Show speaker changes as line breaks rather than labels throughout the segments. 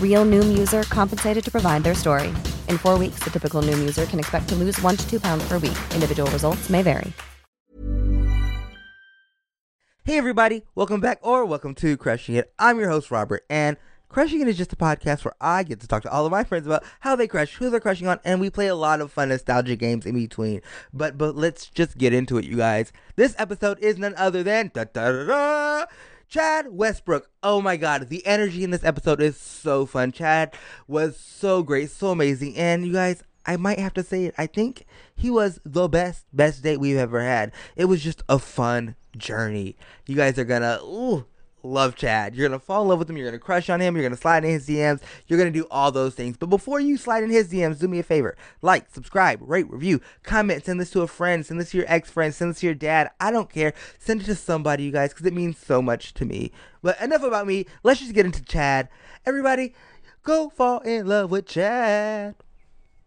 Real Noom user compensated to provide their story. In four weeks, the typical Noom user can expect to lose one to two pounds per week. Individual results may vary.
Hey everybody, welcome back or welcome to Crushing It. I'm your host Robert and Crushing It is just a podcast where I get to talk to all of my friends about how they crush, who they're crushing on, and we play a lot of fun nostalgia games in between. But but let's just get into it, you guys. This episode is none other than da da da da Chad Westbrook. Oh my god, the energy in this episode is so fun. Chad was so great, so amazing, and you guys, I might have to say it. I think he was the best, best date we've ever had. It was just a fun journey. You guys are gonna ooh, love Chad. You're gonna fall in love with him. You're gonna crush on him. You're gonna slide in his DMs. You're gonna do all those things. But before you slide in his DMs, do me a favor: like, subscribe, rate, review, comment, send this to a friend, send this to your ex friend, send this to your dad. I don't care. Send it to somebody, you guys, because it means so much to me. But enough about me. Let's just get into Chad. Everybody, go fall in love with Chad.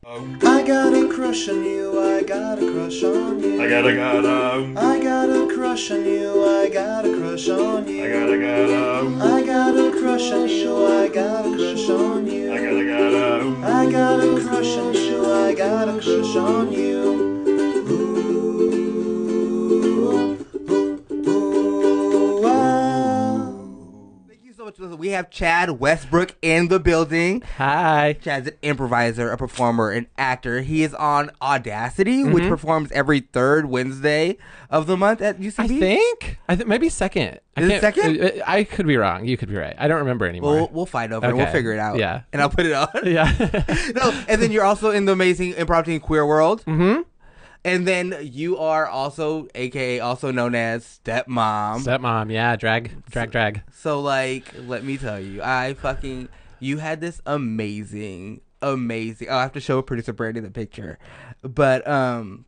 I got a crush on you, I got a crush on you.
I gotta gotta,
I got a crush on you, I got a crush on
I
you.
gotta gotta,
I got a crush on you, I got a crush on you.
I gotta gotta,
I got a crush on you, I got a crush on you. Ooh, ooh, ooh, ah.
Thank you so much. for listening. We have Chad Westbrook in the building.
Hi.
Chad's an improviser, a performer, an actor. He is on Audacity, which
Mm-hmm.
performs every third Wednesday of the month at UCB.
I think I think maybe second.
Is
I
it second?
I- I, I could be wrong. You could be right. I don't remember anymore.
We'll, we'll fight over it. We'll
Okay.
figure it out.
Yeah.
And I'll put it on.
yeah.
no, and then you're also in the amazing improv team Queer World. Mm-hmm. And then you are also, aka also known as Stepmom.
Stepmom. Yeah. Drag. Drag. Drag.
So like, let me tell you, I fucking you had this amazing, amazing. I'll have to show producer Brandy the picture, but um,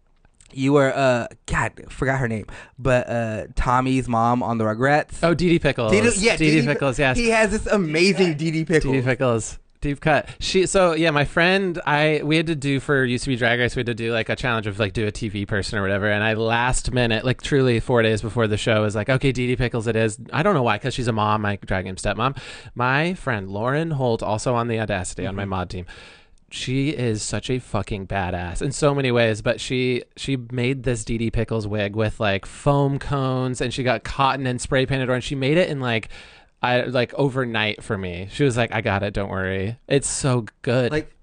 you were uh, God, forgot her name, but uh, Tommy's mom on the Rugrats.
Oh, Dee Dee Pickles.
Dee Dee- yeah,
Dee Dee
Dee-
Pickles. Yes.
He has this amazing DD pickle.
Deep pickles. Deep cut. She so yeah, my friend I we had to do for used to be drag race, we had to do like a challenge of like do a TV person or whatever. And I last minute, like truly four days before the show, was like, okay, Dee Dee Pickles it is. I don't know why, because she's a mom, my drag name stepmom. My friend Lauren Holt, also on the Audacity on my
Mm-hmm.
mod team. She is such a fucking badass in so many ways, but she she made this Dee Dee Pickles wig with like foam cones and she got cotton and spray painted her and she made it in like I like overnight for me. She was like, "I got it. Don't worry. It's so good."
like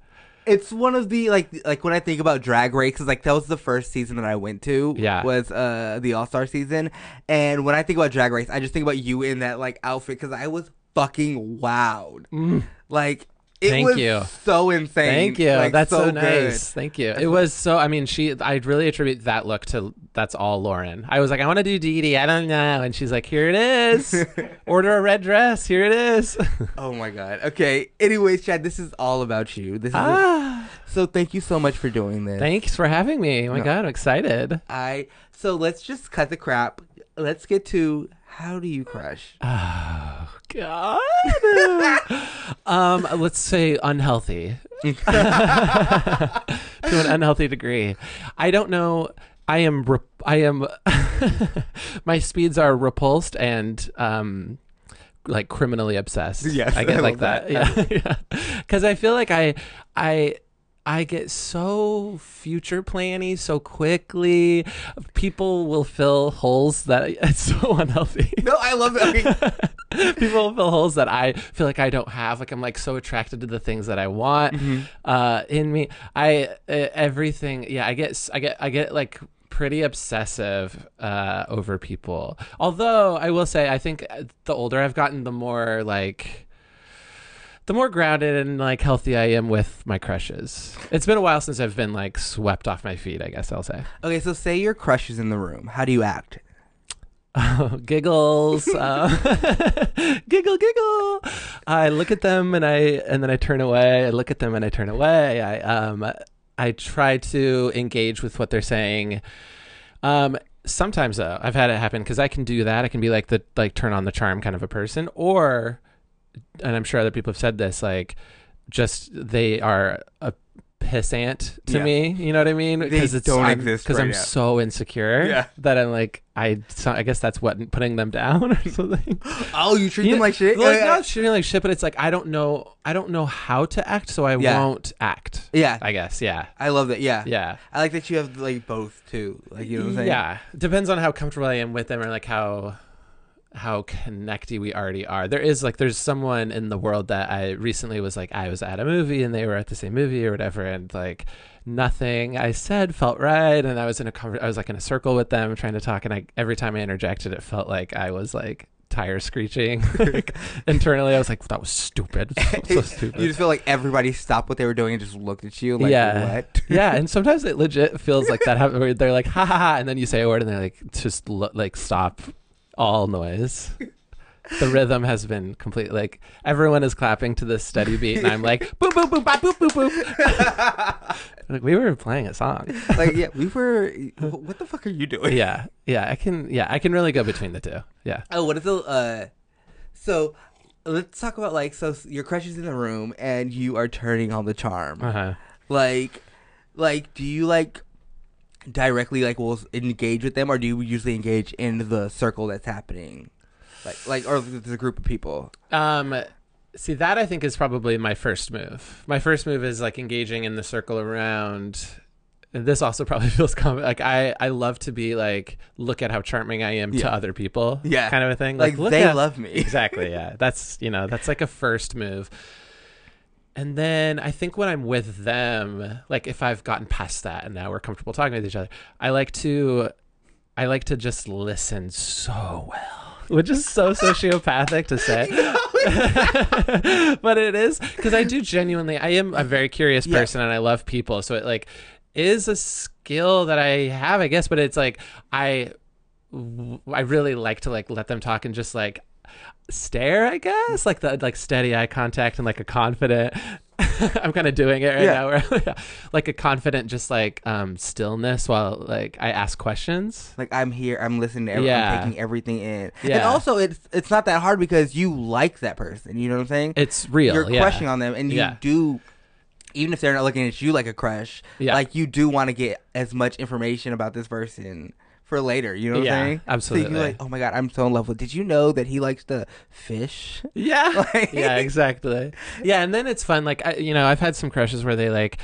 it's one of the like like when I think about Drag Race, 'cause, like that was the first season that I went to.
Yeah.
was uh the All Star season, and when I think about Drag Race, I just think about you in that like outfit because I was fucking wowed. Like it
Mm. Thank
was
you.
so insane.
Thank you.
Like,
That's so,
good.
nice. Thank you. It was so. I mean, she. I really attribute that look to that's all Lauren. I was like, I want to do Dee Dee. I don't know, and she's like, Here it is. Order a red dress. Here it is.
Oh my god. Okay. Anyways, Chad, this is all about you. This is
ah,
so. Thank you so much for doing this.
thanks for having me. Oh my god, I'm excited.
I so let's just cut the crap. Let's get to how do you crush?
Uh. God. um, let's say unhealthy. to an unhealthy degree. I don't know. I am re- I am my speeds are repulsed and um like criminally obsessed.
Yes,
I get
I love
like that.
that.
Yeah. yeah. Cuz I feel like I I I get so future planny so quickly. People will fill holes that it's so unhealthy.
No, I love that. Okay.
people fill holes that I feel like I don't have. Like I'm like so attracted to the things that I want uh, in me. I uh, everything. Yeah, I get s- I get I get like pretty obsessive uh, over people. Although I will say, I think uh, the older I've gotten, the more like. The more grounded and like healthy I am with my crushes. It's been a while since I've been like swept off my feet, I guess I'll say.
okay, so say your crush is in the room. How do you act?
giggles uh, giggle giggle i look at them and i and then i turn away i look at them and i turn away i um i try to engage with what they're saying um sometimes though i've had it happen because i can do that i can be like the like turn on the charm kind of a person or and i'm sure other people have said this like just they are a pissant to
Yeah.
me you know what i mean because it's
don't
I'm,
exist
because
right
i'm
now.
so insecure
Yeah.
that I'm like I so I guess that's what putting them down or something.
Oh, you treat
You
them like shit.
Like,
Yeah.
not treating like shit, but it's like I don't know I don't know how to act, so I
Yeah.
won't act.
Yeah.
I guess. Yeah.
I love that. Yeah.
Yeah.
I like that you have like both too. Like you know what I'm saying?
Yeah. Depends on how comfortable I am with them or like how how connecty we already are. There is like there's someone in the world that I recently was like I was at a movie and they were at the same movie or whatever and like nothing I said felt right and I was in a conver- I was like in a circle with them trying to talk and I every time I interjected it felt like I was like tire screeching like, internally I was like that was stupid so stupid
You just feel like everybody stopped what they were doing and just looked at you like
yeah.
what?
yeah, and sometimes it legit feels like that happened where they're like, ha ha ha, and then you say a word and they're like, just lo- like stop all noise. The rhythm has been complete. Like everyone is clapping to this steady beat, and I'm like, boop boop boop bop, boop boop boop. like we were playing a song.
like yeah, we were. What the fuck are you doing?
yeah, yeah, I can. Yeah, I can really go between the two. Yeah.
Oh, what if the uh? So let's talk about like so s- your crush is in the room and you are turning on the charm.
Uh huh.
Like, like do you like directly like will s- engage with them or do you usually engage in the circle that's happening? Like, like, or the group of people.
Um, see, that I think is probably my first move. My first move is like engaging in the circle around. and This also probably feels common. Like I, I love to be like, look at how charming I am to
Yeah.
other people.
Yeah.
kind of a thing.
Like,
look
they
at-
love me.
exactly. Yeah, that's you know that's like a first move. And then I think when I'm with them, like if I've gotten past that and now we're comfortable talking with each other, I like to, I like to just listen so well, which is so sociopathic to say but it is because I do genuinely. I am a very curious
Yeah.
person, and I love people. So it like is a skill that I have, I guess. But it's like I, w- I really like to like let them talk and just like stare. I guess like the like steady eye contact and like a confident. I'm kind of doing it right
Yeah.
now, where, like a confident, just like um stillness while like I ask questions.
Like I'm here, I'm listening to everything,
Yeah.
I'm taking everything in. And
Yeah.
also it's it's not that hard because you like that person, you know what I'm saying?
It's real.
You're
yeah.
crushing on them and you
Yeah.
do even if they're not looking at you like a crush,
Yeah.
like you do want to get as much information about this person for later, you know what
Yeah,
I'm saying? So
absolutely.
you're like, oh my god, I'm so in love with. Did you know that he likes to fish?
Yeah.
Like-
yeah, exactly. Yeah, and then it's fun. Like, I, you know, I've had some crushes where they like,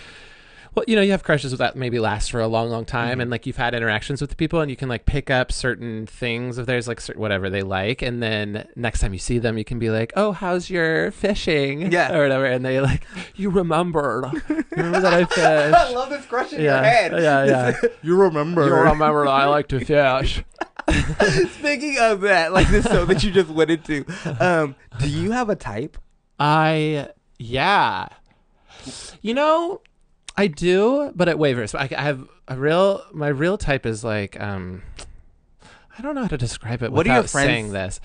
well, you know, you have crushes that maybe last for a long, long time,
Mm-hmm.
and like you've had interactions with the people, and you can like pick up certain things if there's like certain, whatever they like, and then next time you see them, you can be like, "Oh, how's your fishing?"
Yeah.
or whatever, and they like, "You remembered? You remember that I fished?"
I love this crush in
yeah,
your head.
yeah, yeah.
You remember.
you remember that I like to fish?
Speaking of that, like this show that you just went into, um, do you have a type?
I yeah. You know, I do, but it wavers. I, I have a real my real type is like um I don't know how to describe it
What are your
without
friends-
saying this.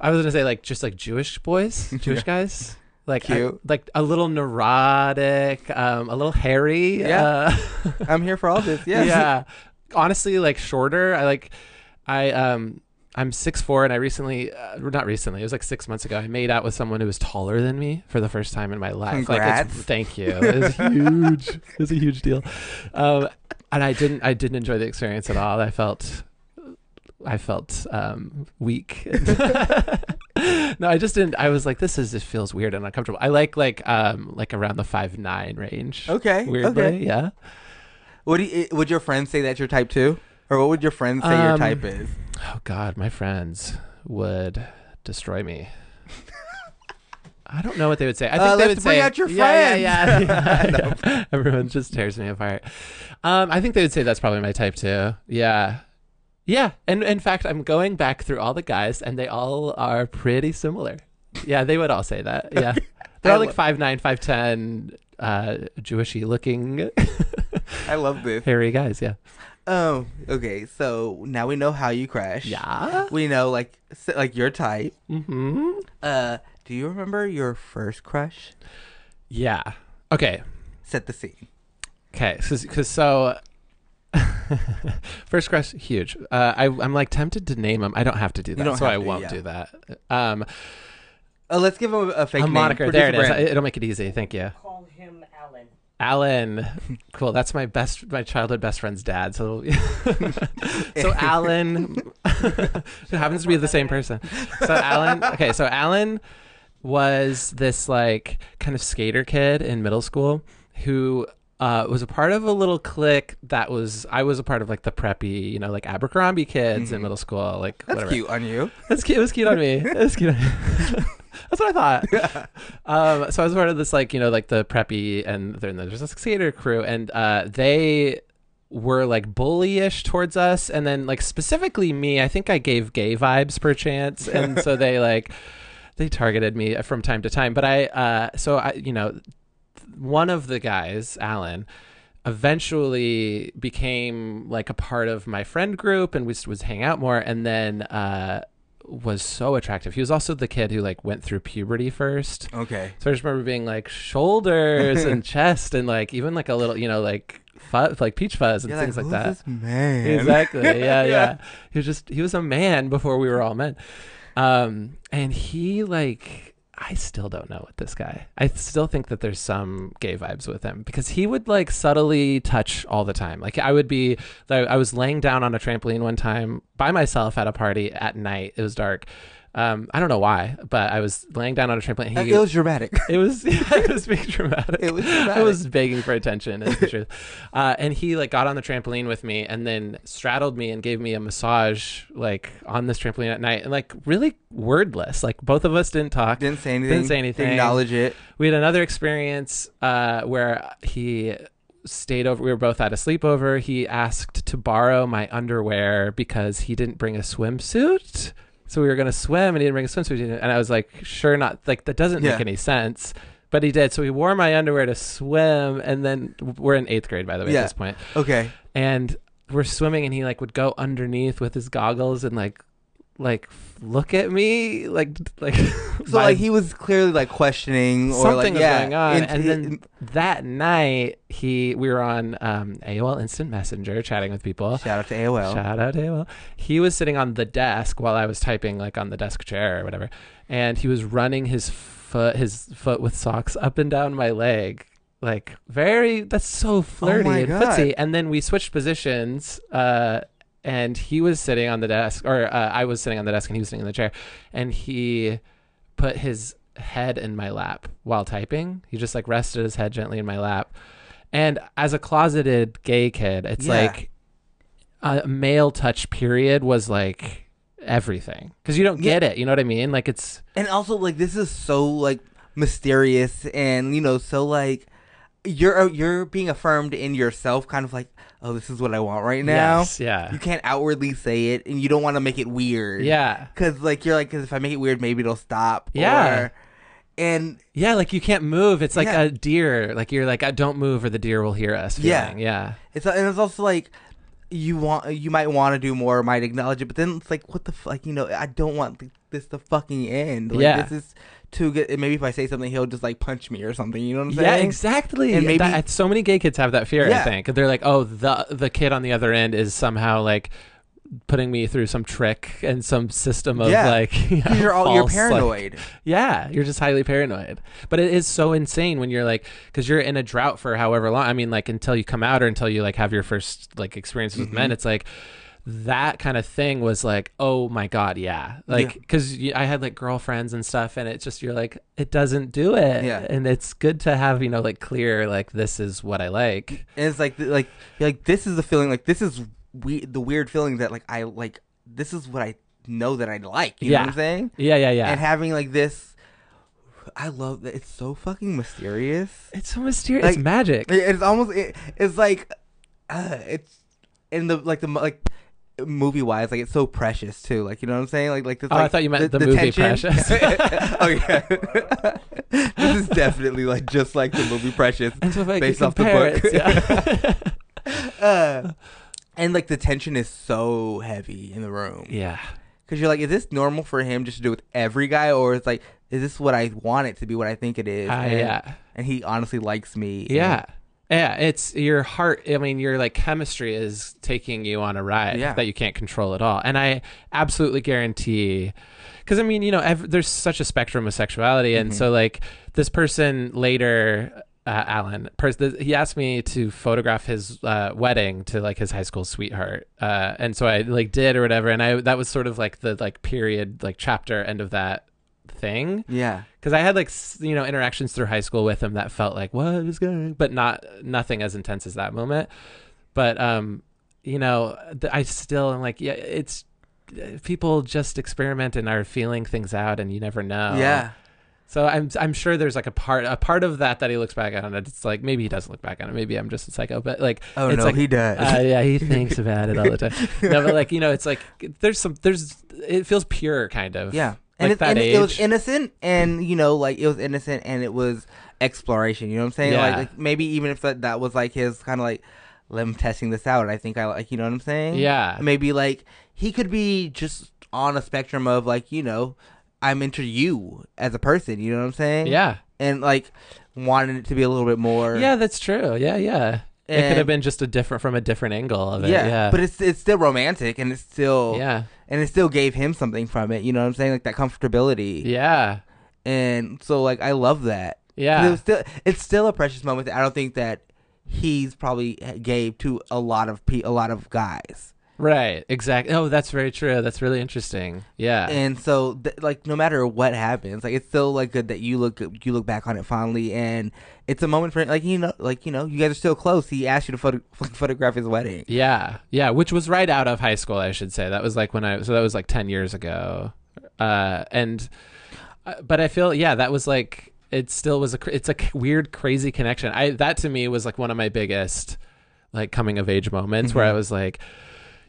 I was gonna say like just like Jewish boys, Jewish guys. Like I-
Cute.
like a little neurotic, um, a little hairy.
Yeah.
uh,
I'm here for all this. Yes.
yeah. Honestly, like shorter. I like, I um, I'm six four, and I recently, uh, not recently, it was like six months ago. I made out with someone who was taller than me for the first time in my life. Like,
Congrats.
it's, thank you. It was huge. it was a huge deal. Um, and I didn't I didn't enjoy the experience at all. I felt I felt um, weak. no, I just didn't. I was like, this is this feels weird and uncomfortable. I like like um like around the five nine range.
Okay,
weirdly,
okay.
yeah.
Would you, would your friends say that's your type too, or what would your friends say your
Um,
type is?
Oh God, my friends would destroy me. I don't know what they would say. I think
Uh,
they
let's
would
bring
say,
out your
Yeah, yeah,
friends.
yeah, yeah, yeah. Everyone just tears me apart. Um, I think they would say that's probably my type too. Yeah, yeah. And in fact, I'm going back through all the guys, and they all are pretty similar. Yeah, they would all say that. Yeah, they're all like
love-
five nine, five ten, uh, Jewishy looking,
I love this.
hairy guys. Yeah,
Um. Okay. So now we know how you crash.
yeah.
We know like s- like your type.
Mm-hmm.
Uh. Do you remember your first crush?
Yeah. Okay.
Set the scene.
Okay, because so first crush huge. Uh, I I'm like tempted to name him. I don't have to do that,
don't
so
have
I
to,
won't
yeah.
do that. Um,
Oh, let's give him a, a fake
a
name.
moniker. There it is.
Producer Brandon.
It'll make it easy. Thank you.
Call him Alan.
Alan, cool. That's my best, my childhood best friend's dad. So, so Alan, it happens to be the same person. So Alan, okay. So Alan was this like kind of skater kid in middle school who uh, was a part of a little clique that was I was a part of like the preppy, you know, like Abercrombie kids in middle school, like
Mm-hmm. That's
whatever.
cute on you.
That's cute. It was cute on me. It was cute. On me. That's what I thought. um, so I was part of this, like you know, like the preppy and then there's this skater crew, and uh, they were like bullyish towards us, and then like specifically me. I think I gave gay vibes perchance, and so they like they targeted me from time to time. But I, uh, so I, you know, one of the guys, Alan, eventually became like a part of my friend group and we s- was hang out more and then uh was so attractive. He was also the kid who like went through puberty first.
Okay.
So I just remember being like shoulders and chest and like even like a little, you know, like fuzz, like peach fuzz and
You're
things like,
who's
that.
This man.
Exactly. Yeah, yeah, He was just he was a man before we were all men. Um and he like I still don't know what this guy. I still think that there's some gay vibes with him because he would like subtly touch all the time. Like I would be I I was laying down on a trampoline one time by myself at a party at night. It was dark. Um, I don't know why, but I was laying down on a trampoline. and
Uh,
He,
It was dramatic.
it was yeah, it was being dramatic.
It was
I was begging for attention. Is the truth. Uh, and he like got on the trampoline with me and then straddled me and gave me a massage like on this trampoline at night and like really wordless. Like both of us didn't talk.
Didn't say anything.
Didn't say anything.
Acknowledge it.
We had another experience uh, where he stayed over. We were both at a sleepover. He asked to borrow my underwear because he didn't bring a swimsuit. So we were going to swim and he didn't bring a swimsuit. He didn't- And I was like, sure, not like that doesn't
Yeah.
make any sense. But he did. So he wore my underwear to swim. And then we're in eighth grade, by the way,
Yeah.
at this point
Okay.
and we're swimming and he like would go underneath with his goggles and like like look at me like like
So like he was clearly like questioning or like
something was
yeah,
going on
in-
and then that night he we were on um AOL instant messenger chatting with people
shout out to AOL.
Shout out AOL. He was sitting on the desk while I was typing, like on the desk chair or whatever, and he was running his foot, his foot with socks up and down my leg, like very. That's so flirty
Oh my
and
God.
footsie. And then we switched positions, uh, and he was sitting on the desk, or uh, I was sitting on the desk, and he was sitting in the chair, and he put his head in my lap while typing. He just like rested his head gently in my lap. And as a closeted gay kid, it's
Yeah.
like a male touch period was like everything because you don't
Yeah.
get it. You know what I mean? Like it's
And also, like, this is so like mysterious, and you know, so like you're uh, you're being affirmed in yourself, kind of like, oh, this is what I want right now.
Yes, yeah,
You can't outwardly say it, and you don't want to make it weird.
yeah,
because like you're like, because if I make it weird, maybe it'll stop.
Yeah.
Or- and
yeah. Like you can't move. It's like
Yeah.
a deer. Like you're like, I don't move, or the deer will hear us.
Yeah.
feeling. yeah.
it's and it's also like. You want you might want to do more, might acknowledge it, but then it's like, what the fuck, you know? I don't want th- this to fucking end. Like,
Yeah.
this is too good. And maybe if I say something, he'll just like punch me or something. You know what I'm
Yeah,
saying?
exactly.
And maybe-
That- so many gay kids have that fear.
Yeah.
I think they're like, oh, the the kid on the other end is somehow like putting me through some trick and some system of
Yeah.
like you know,
You're all- you're
false, like-
paranoid.
yeah, you're just highly paranoid. But it is so insane when you're like, because you're in a drought for however long. I mean, like until you come out or until you like have your first like experience with
Mm-hmm.
men. It's like that kind of thing was like, oh my god, yeah, like because I had like girlfriends and stuff, and it's just you're like, it doesn't do it.
Yeah.
and it's good to have you know like clear like this is what I like.
and it's like th- like you're like this is the feeling like this is we the weird feeling that like I like this is what I know that I like. You know
Yeah.
what I'm saying?
Yeah, yeah, yeah.
And having like this, I love that. It's so fucking mysterious.
it's so mysterious.
Like-
it's magic.
It- It's almost it, it's like uh, it's in the like the mo- like movie wise like it's so precious too like you know what I'm saying like like this
Oh, I
like,
thought you meant the movie Precious.
oh yeah this is definitely like just like the movie Precious
and so if I
based
could
off the
compare
book
it, yeah.
Uh, and like the tension is so heavy in the room
yeah.
because you're like is this normal for him just to do with every guy or it's like is this what I want it to be what I think it is
Ah,
and,
yeah.
and he honestly likes me
Yeah. Yeah, it's your heart. I mean, your like chemistry is taking you on a ride
Yeah.
that you can't control at all. And I absolutely guarantee, because I mean, you know, ev- there's such a spectrum of sexuality, and so like this person later, uh, Alan, pers- th- he asked me to photograph his uh, wedding to like his high school sweetheart, uh, and so I like did or whatever, and I that was sort of like the like period like chapter end of that thing
yeah
because I had like s- you know interactions through high school with him that felt like what is going, but not nothing as intense as that moment. But um, you know, th- I still am like, yeah, it's people just experiment and are feeling things out, and you never know.
yeah
So I'm I'm sure there's like a part a part of that that he looks back on, and it's like maybe he doesn't look back on it. Maybe I'm just a psycho, but like
Oh,
it's
no,
like,
he does.
Uh, yeah, he thinks about it all the time. No, but like you know, it's like there's some there's it feels pure kind of
Yeah. And,
Like
it,
that
and
age.
it was innocent and you know like it was innocent and it was exploration you know what i'm saying like,
Yeah.
like, maybe even if that, that was like his kind of like let him testing this out i think i like you know what i'm saying
Yeah.
maybe like he could be just on a spectrum of like you know i'm into you as a person you know what i'm saying
yeah.
and like wanted it to be a little bit more
Yeah, that's true. Yeah, yeah. it could
And-
have been just a different from a different angle of it.
yeah,
Yeah,
but it's it's still romantic and it's still
yeah,
and it still gave him something from it you know what i'm saying like that comfortability
yeah,
and so like I love that. 'Cause It
yeah,
was still, it's still a precious moment. That I don't think that he's probably gave to a lot of pe- a lot of guys.
right, exactly. Oh, that's very true. That's really interesting. Yeah,
And so th- like no matter what happens, like it's still like good that you look you look back on it fondly, and it's a moment for like you know like you know you guys are still close. He asked you to photo- photograph his wedding.
yeah, yeah. Which was right out of high school, I should say. That was like when I so that was like ten years ago, uh, and uh, but I feel yeah, that was like it still was a cr- it's a c- weird crazy connection. I that to me was like one of my biggest like coming of age moments where I was like.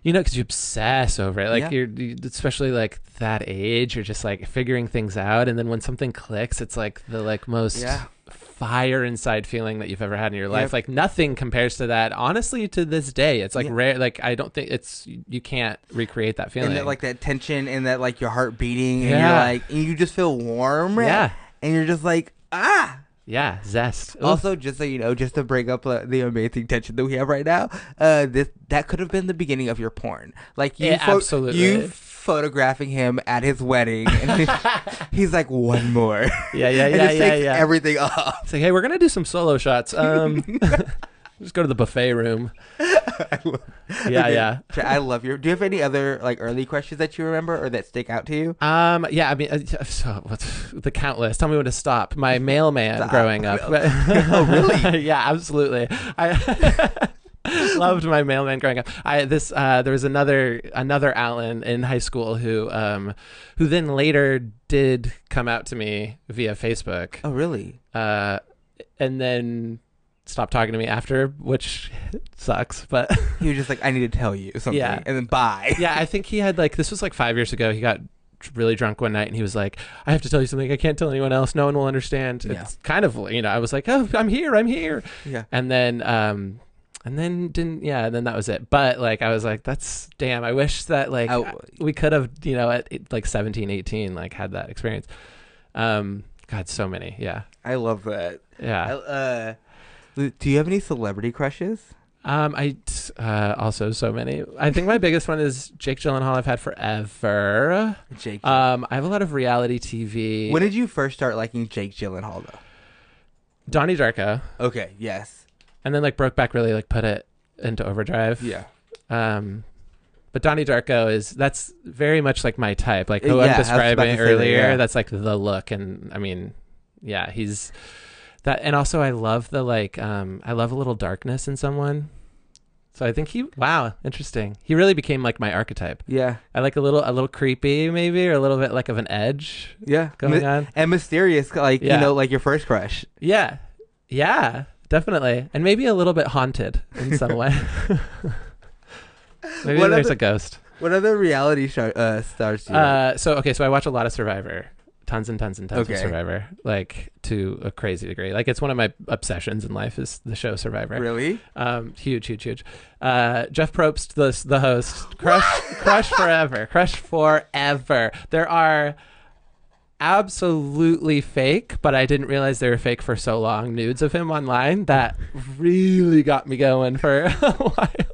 you know, because you obsess over it. Like
Mm-hmm. Yeah.
you're, you, especially like that age, you're just like figuring things out, and then when something clicks, it's like the like most
Yeah.
fire inside feeling that you've ever had in your life. Like nothing compares to that. Honestly, to this day, it's like rare. Like I don't think it's you can't recreate that feeling.
And that, like that tension, and that like your heart beating, and
Yeah.
you're like, and you just feel warm,
Yeah.
and you're just like, ah,
yeah, zest. Oof.
Also, just so you know, just to bring up uh, the amazing tension that we have right now, uh, this that could have been the beginning of your porn. Like you,
Yeah,
pho-
absolutely.
you photographing him at his wedding, and he's like, one more.
Yeah, yeah,
and
yeah,
just
yeah,
takes
yeah.
Everything off.
it's like hey, we're gonna do some solo shots. Um, just go to the buffet room. yeah, yeah.
So I love your. Do you have any other like early questions that you remember or that stick out to you?
Um. Yeah. I mean, uh, so what's the countless? Tell me when to stop. My mailman growing up. oh, really? yeah, absolutely. I loved my mailman growing up. I this uh, there was another another Alan in high school who um who then later did come out to me via Facebook
Oh, really?
uh, and then stopped talking to me after, which sucks, but.
He was just like, I need to tell you something,
Yeah.
and then bye.
yeah, I think he had like this was like five years ago. He got dr- really drunk one night and he was like, "I have to tell you something. I can't tell anyone else. No one will understand."
Yeah.
It's kind of you know. I was like, "Oh, I'm here. I'm here."
Yeah.
And then, um, and then didn't yeah. And then that was it. But like, I was like, "That's damn. I wish that like
Oh.
we could have you know at like 17, 18, like had that experience." Um, God, so many. Yeah,
I love that. I,
yeah.
uh, do you have any celebrity crushes?
Um, I There's uh, also so many. I think my biggest one is Jake Gyllenhaal. I've had forever.
Jake.
Um, I have a lot of reality TV.
when did you first start liking Jake Gyllenhaal though?
Donnie Darko,
Okay. Yes.
and then like Brokeback really like put it into overdrive. Um, but Donnie Darko is that's very much like my type. Like who
Yeah, I
I'm
was about to
describing
say that,
earlier,
yeah.
that's like the look. And I mean, yeah, he's that. And also, I love the like, um, I love a little darkness in someone. So I think he, wow, interesting. He really became like my archetype.
Yeah.
I like a little, a little creepy maybe, or a little bit like of an edge.
Yeah.
Going on.
And mysterious, like
Yeah.
you know, like your first crush.
Yeah, yeah, definitely, and maybe a little bit haunted in some way. maybe
What
there's
other-
a ghost.
What other reality show uh, stars do you like?
Uh, so okay, so I watch a lot of Survivor, tons and tons and tons of
Okay.
Survivor, like to a crazy degree. Like it's one of my obsessions in life is the show Survivor.
Really?
Um, huge, huge, huge. Uh, Jeff Probst, the the host, crush, crush forever, crush forever. There are absolutely fake, but I didn't realize they were fake for so long. Nudes of him online that really got me going for a while.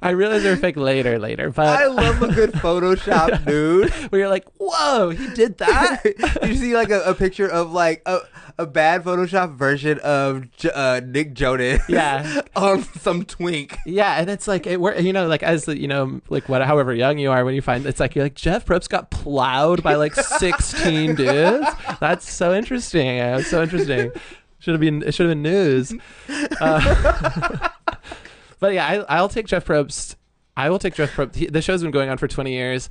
I realized they were fake later, later, but
I love a good Photoshop dude.
where you're like, whoa, he did that.
you see like a, a picture of like a, a bad Photoshop version of J- uh, Nick Jonas.
Yeah.
on some twink.
yeah, and it's like it, wor- you know, like as the- you know, like what, however young you are, when you find it's like you're like Jeff Probst got plowed by like 16 dudes. That's so interesting. Uh, so interesting. Should have been it should have been news. Uh, but yeah, I, I'll take Jeff Probst. I will take Jeff Probst. He, the show's been going on for 20 years.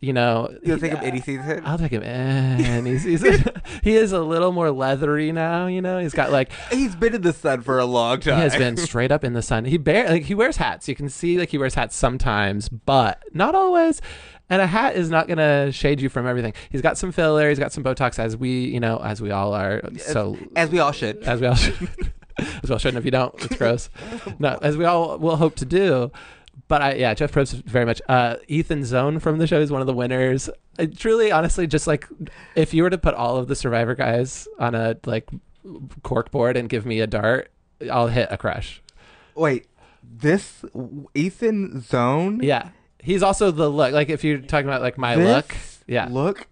You know,
You'll
he-
think of any season.
I'll take him any season. he is a little more leathery now. You know, he's got like
He's been in the sun for a long time.
He has been straight up in the sun. He bare like he wears hats. You can see like he wears hats sometimes, but not always. And a hat is not gonna shade you from everything. He's got some filler. He's got some Botox, as we you know, as we all are. So
as we all should.
as we all should, as we all should. And if you don't, it's gross. No, as we all will hope to do. But I, yeah, Jeff Probst very much. Uh, Ethan Zone from the show is one of the winners. I truly, honestly, just like if you were to put all of the Survivor guys on a like cork board and give me a dart, I'll hit a crush.
Wait, this Ethan Zone.
Yeah, he's also the look. Like if you're talking about like my
This
look, yeah,
Look.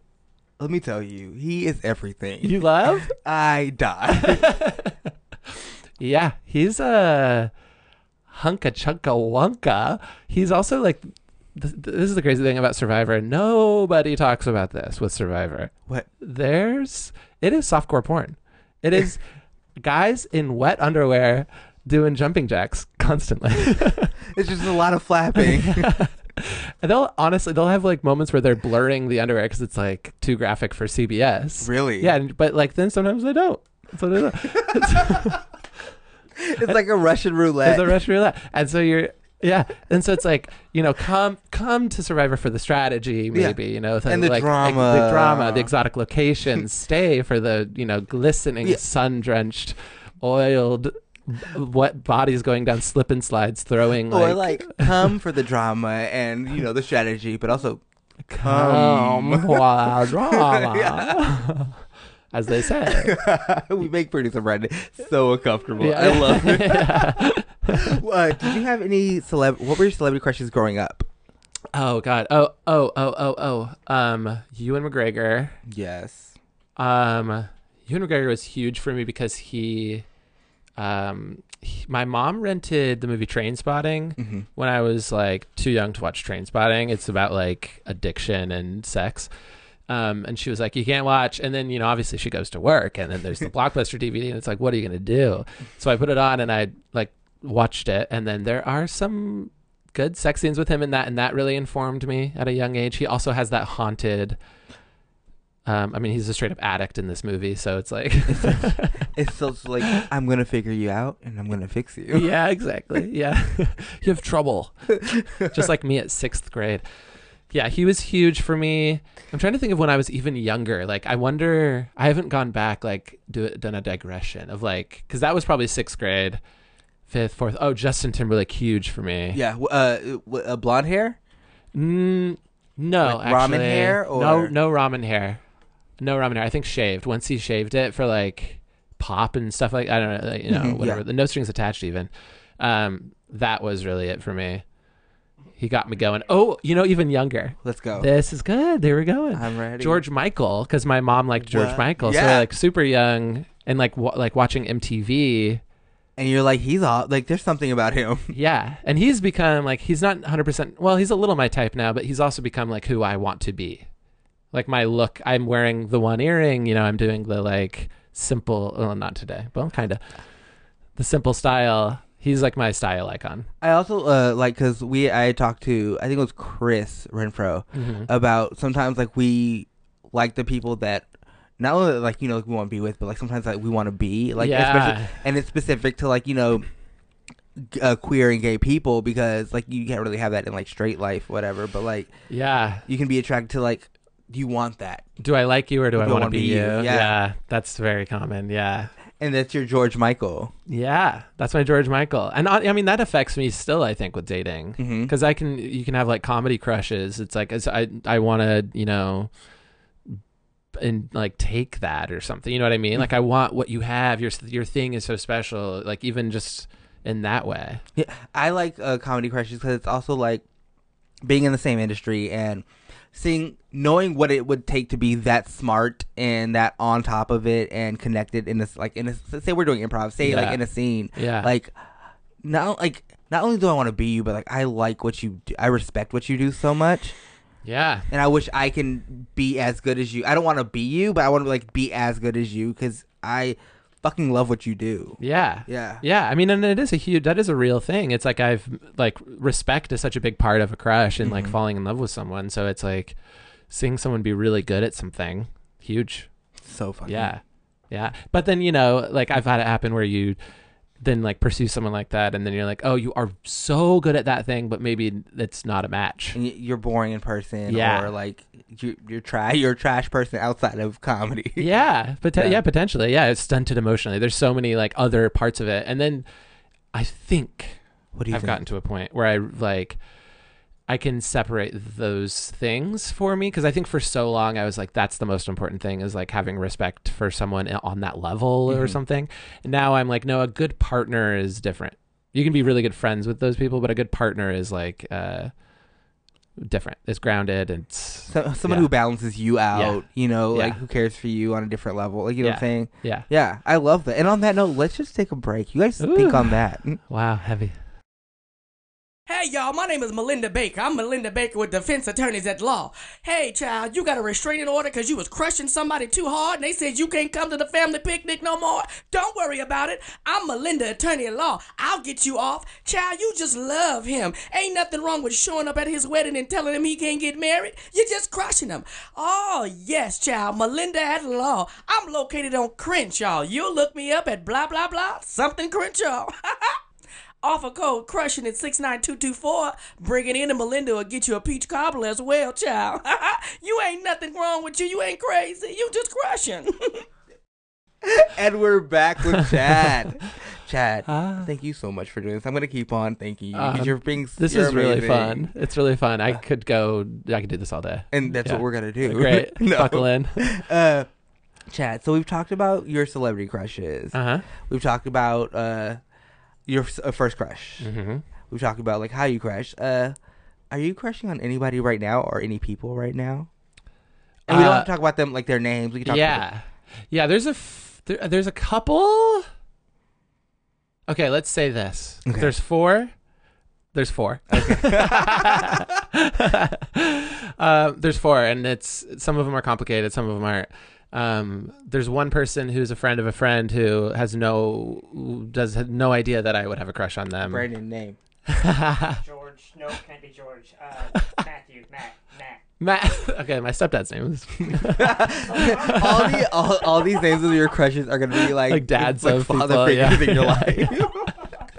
Let me tell you, he is everything.
you love.
I die.
Yeah, he's a hunka chunka wonka. He's also like, th- th- this is the crazy thing about Survivor. Nobody talks about this with Survivor.
what?
There's, it is softcore porn. It is guys in wet underwear doing jumping jacks constantly.
It's just a lot of flapping.
And they'll honestly, they'll have like moments where they're blurring the underwear because it's like too graphic for CBS.
Really?
Yeah, and- but like then sometimes they don't. So they don't.
It's like a Russian roulette.
It's a rush roulette. And so you're yeah. And so it's like, you know, come come to Survivor for the strategy,
Yeah.
maybe, you know,
And the
like,
drama.
the drama, the exotic locations, stay for the, you know, glistening,
Yeah.
sun drenched, oiled what bodies going down slip and slides, throwing
or
like
like come for the drama and you know the strategy, but also
come
um,
for drama. As they say.
we make producer Brandon so uncomfortable.
Yeah.
I love it. uh, did you have any celeb? What were your celebrity crushes growing up?
Oh god. Oh, oh, oh, oh, oh. Um Ewan McGregor.
Yes.
Um, Ewan McGregor was huge for me because he, um, he- my mom rented the movie Train Spotting when I was like too young to watch Train Spotting. It's about like addiction and sex. Um, and she was like, "You can't watch." And then you know, obviously, she goes to work, and then there's the blockbuster DVD, and it's like, "What are you gonna do?" So I put it on, and I like watched it, and then there are some good sex scenes with him in that, and that really informed me at a young age. He also has that haunted. Um, I mean, he's a straight up addict in this movie, so it's like,
It's so it's like I'm gonna figure you out and I'm gonna fix you.
yeah, exactly, yeah, you have trouble, just like me at sixth grade. Yeah, he was huge for me. I'm trying to think of when I was even younger. Like, I wonder, I haven't gone back, like, do, done a digression of like, because that was probably sixth grade, fifth, fourth. Oh, Justin Timberlake, huge for me.
Yeah. w- Uh, w- uh, blonde hair.
Mm, no,
Like ramen
actually.
hair
no
or-
no ramen hair, no ramen hair. I think shaved. Once he shaved it for like pop and stuff like I don't know, like, you know
Mhm, yeah.
whatever. The no strings attached even. um, that was really it for me. He got me going. Oh, you know, even younger.
Let's go.
This is good. There we go.
Oh. I'm ready.
George Michael, because my mom liked George
What?
Michael,
Yeah.
so like super young and like wa like watching MTV.
and you're like, he's all like, there's something about him.
Yeah, and he's become like he's not 100. percent Well, he's a little my type now, but he's also become like who I want to be. Like my look, I'm wearing the one earring. You know, I'm doing the like simple. Well, not today, but kind of the simple style. He's like my style icon.
I also uh, like because we I talked to I think it was Chris Renfro
Mm-hmm.
about sometimes like we like the people that not only like you know we want to be with but like sometimes like we want to be like
Yeah.
especially and it's specific to like you know g- uh, queer and gay people because like you can't really have that in like straight life whatever but like
Yeah.
you can be attracted to like you want that
Do I like you or do I
Do I
want to
wanna
be,
be
you?
you?
Yeah.
Yeah.
That's very common. Yeah.
and that's your George Michael
Yeah, that's my George Michael, and uh, I, I mean that affects me still. I think with dating,
Hmm? Mm-hmm.
because I can you can have like comedy crushes. It's like it's, I I want to you know, and like take that or something. You know what I mean? Like I want what you have. Your your thing is so special. Like even just in that way.
Yeah, I like uh, comedy crushes because it's also like being in the same industry and seeing, knowing what it would take to be that smart and that on top of it and connected in this, like in a say we're doing improv, say
Yeah.
like in a scene,
Yeah.
like not like not only do I want to be you, but like I like what you, do. I respect what you do so much,
Yeah,
and I wish I can be as good as you. I don't want to be you, but I want to like be as good as you because I fucking love what you do.
Yeah.
Yeah.
Yeah. I mean, and it is a huge, that is a real thing. It's like I've, like, respect is such a big part of a crush and, like, falling in love with someone. So it's like seeing someone be really good at something, huge.
So fucking
Yeah. Yeah. But then, you know, like, I've had it happen where you then, like, pursue someone like that. And then you're like, oh, you are so good at that thing, but maybe it's not a match.
and y- you're boring in person
Yeah.
or like you, you're trash you're a trash person outside of comedy
yeah, pot- yeah,
Yeah.
potentially. Yeah, it's stunted emotionally. There's so many like other parts of it, and then I think
what do you
I've
think
gotten to a point where I like I can separate those things for me because I think for so long I was like that's the most important thing is like having respect for someone on that level
Mm-hmm.
or something. And now I'm like no, a good partner is different. You can be really good friends with those people, but a good partner is like uh different. It's grounded and it's-
so, someone
yeah.
who balances you out you know like
Yeah.
who cares for you on a different level like you know what i'm saying
yeah.
yeah i love that and on that note let's just take a break you guys think
Ooh.
on that Mm.
Wow, heavy.
Hey y'all, my name is Melinda Baker. I'm Melinda Baker with Defense Attorneys at Law. Hey child, you got a restraining order because you was crushing somebody too hard and they said you can't come to the family picnic no more? Don't worry about it. I'm Melinda Attorney at Law. I'll get you off. Child, you just love him. Ain't nothing wrong with showing up at his wedding and telling him he can't get married. You're just crushing him. Oh yes, child, Melinda at Law. I'm located on Crenshaw. You'll look me up at blah blah blah something Crenshaw. Offer code crushing at 69224. Bring it in and Melinda will get you a peach cobbler as well, child. you ain't nothing wrong with you. You ain't crazy. You just crushing.
and we're back with chad chad
Uh,
thank you so much for doing this i'm gonna keep on thanking you 'cause
Um,
you're being
This
you're
is really
amazing. Ah.
fun. It's really fun. I could go. I could do this all day.
and that's
Yeah.
what we're gonna do
Great.
no.
Buckle in.
uh chad so we've talked about your celebrity crushes
Uh huh.
We've talked about uh, your f- uh, first crush.
Mm. Mm-hmm.
We've talked about like how you crush. Uh, are you crushing on anybody right now or any people right now? And we don't
Uh,
have to talk about them like their names. We can talk About
yeah yeah there's a f- there, there's a couple okay let's say this there's four there's four uh, there's four and it's some of them are complicated some of them aren't um, there's one person who's a friend of a friend who has no does have no idea that I would have a crush on them.
Brandon name.
George. No, can't be George. Uh, Matthew. Matt. Matt.
Matt, okay, my stepdad's name is
all, the, all, all these names of your crushes are gonna be like,
Like dads
like
of
father
people,
figures
yeah.
in your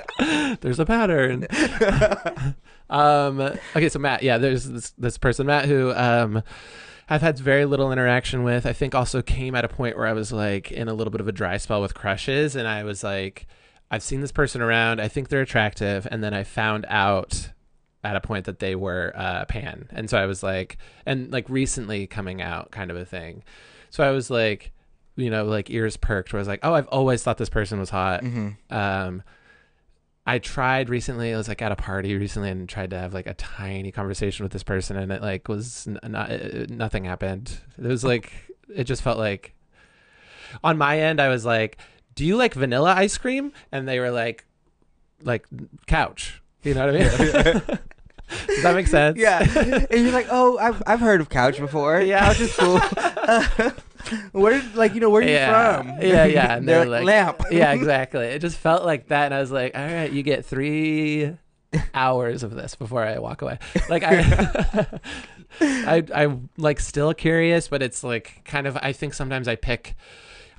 life.
there's a pattern. um, okay, so Matt, yeah, there's this, this person, Matt, who um, I've had very little interaction with. I think also came at a point where I was like in a little bit of a dry spell with crushes, and I was like, I've seen this person around. I think they're attractive, and then I found out at a point that they were uh, pan, and so I was like, and like recently coming out kind of a thing. So I was like,
Mm-hmm.
you know, like ears perked, where I was like, oh, I've always thought this person was hot. Um, I tried recently. I was like at a party recently and tried to have like a tiny conversation with this person, and it like was n- not uh, nothing happened. It was like it just felt like on my end. I was like, "Do you like vanilla ice cream?" And they were like, "Like couch." You know what I mean? Does that make sense?
Yeah. and you're like, oh, I've, I've heard of couch before.
Yeah.
Couch is cool. Uh, where, like, you know, where are
yeah.
you from?
Yeah, yeah. And
they're
they're like,
lamp.
yeah, exactly. It just felt like that, and I was like, all right, you get three hours of this before I walk away. Like I, I, I'm like still curious, but it's like kind of. I think sometimes I pick.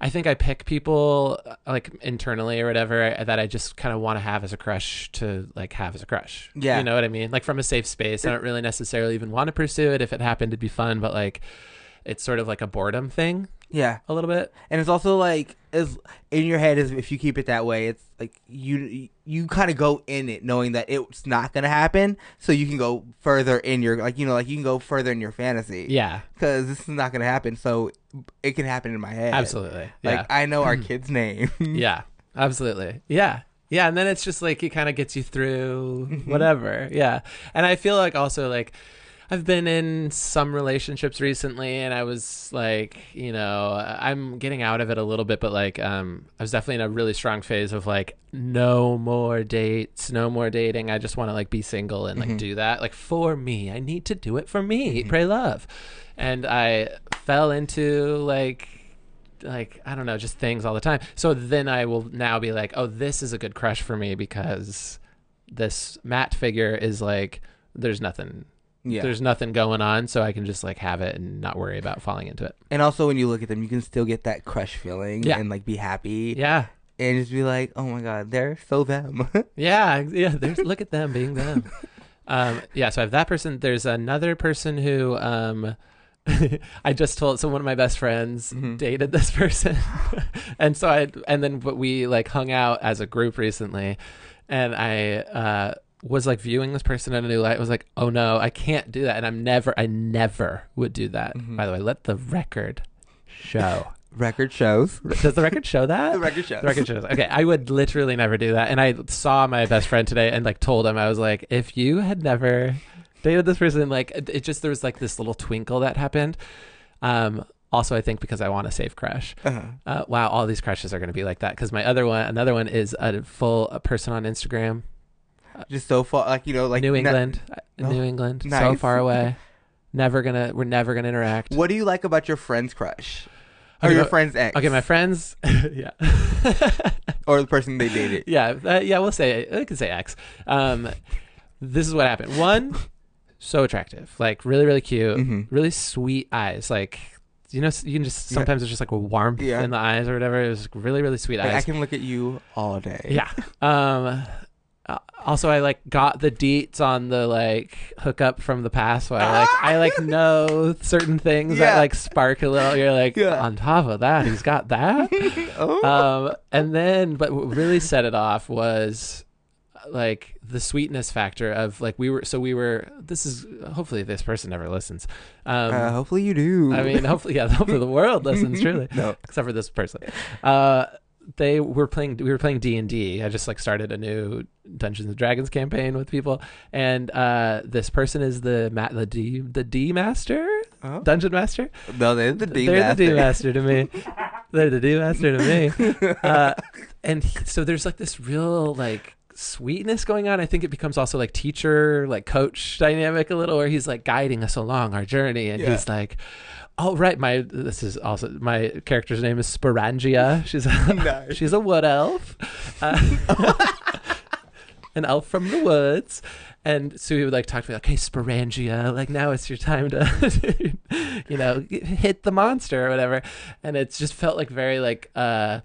I think I pick people uh, like internally or whatever uh, that I just kind of want to have as a crush to like have as a crush.
Yeah.
You know what I mean? Like from a safe space. I don't really necessarily even want to pursue it if it happened to be fun, but like it's sort of like a boredom thing
Yeah.
a little bit.
And it's also like, is in your head is if you keep it that way, it's like you you kind of go in it knowing that it's not gonna happen, so you can go further in your like you know like you can go further in your fantasy.
Yeah.
because this is not gonna happen, so it can happen in my head.
Absolutely.
Like
yeah.
I know our kid's name.
yeah. Absolutely. Yeah. Yeah. And then it's just like it kind of gets you through
Mm-hmm.
whatever. yeah. And I feel like also like I've been in some relationships recently and I was like, you know, I'm getting out of it a little bit, but like um I was definitely in a really strong phase of like no more dates, no more dating. I just want to like be single and
Mm-hmm.
like do that like for me. I need to do it for me. Pray love. And I fell into like like I don't know, just things all the time. So then I will now be like, oh, this is a good crush for me because this Matt figure is like, there's nothing,
yeah.
there's nothing going on, so I can just like have it and not worry about falling into it.
and also when you look at them, you can still get that crush feeling
Yeah.
and like be happy
Yeah,
and just be like, oh my god, they're so them.
yeah, yeah. There's look at them being them. Um, yeah, so I have that person. There's another person who um, I just told. So one of my best friends
Mm-hmm.
dated this person, and so I and then but we like hung out as a group recently, and I uh, was like viewing this person in a new light. I was like, oh no, I can't do that, and I'm never, I never would do that.
Mm-hmm.
By the way, let the record show.
record shows.
Does the record show that?
The record shows.
The record shows. Okay, I would literally never do that. And I saw my best friend today and like told him I was like, if you had never dated this person, like it it just there was like this little twinkle that happened. Um, also, I think because I want a safe crush.
Uh-huh.
Uh, wow, all these crushes are going to be like that. Because my other one, another one is a full a person on Instagram,
Just so far, like you know, like
New
not-
England,
no.
New England, so
Nice.
far away. Never gonna, we're never gonna interact.
What do you like about your friend's crush? Or
Okay,
your
but-
friend's ex?
Okay, my friends, yeah.
Or the person they dated.
yeah, uh, yeah, we'll say I could say X. Um, this is what happened. One, so attractive, like really, really cute,
Mm-hmm.
really sweet eyes. Like you know, s- you can just sometimes it's just like a warmth
Yeah.
in the eyes or whatever. It was really, really sweet
Like, I
eyes.
can look at you all day.
yeah. Um, uh, also, I like got the deets on the like hookup from the past. So I like I like know certain things that
Yeah.
like spark a little. You're like
Yeah.
on top of that, he's got that
Oh.
um, and then, but what really set it off was like the sweetness factor of like we were so we were this is hopefully this person never listens um
uh, hopefully you do.
i mean hopefully yeah hopefully the world listens truly
No.
except for this person uh they were playing we were playing d&d i just like started a new dungeons and dragons campaign with people and uh this person is the ma- the d the d master
Oh.
dungeon master
no, they're the D
they're
master.
the D master to me. They're the D master to me. Uh, and he- so there's like this real like sweetness going on. I think it becomes also like teacher, like coach dynamic a little, where he's like guiding us along our journey, and
Yeah.
he's like. Oh right, my this is also my character's name is Sporangia. She's a,
Nice.
she's a wood elf. Uh, an elf from the woods. And so he would like talk to me like, "Hey, Sporangia, like now it's your time to, you know, hit the monster or whatever." And it just felt like very like, uh,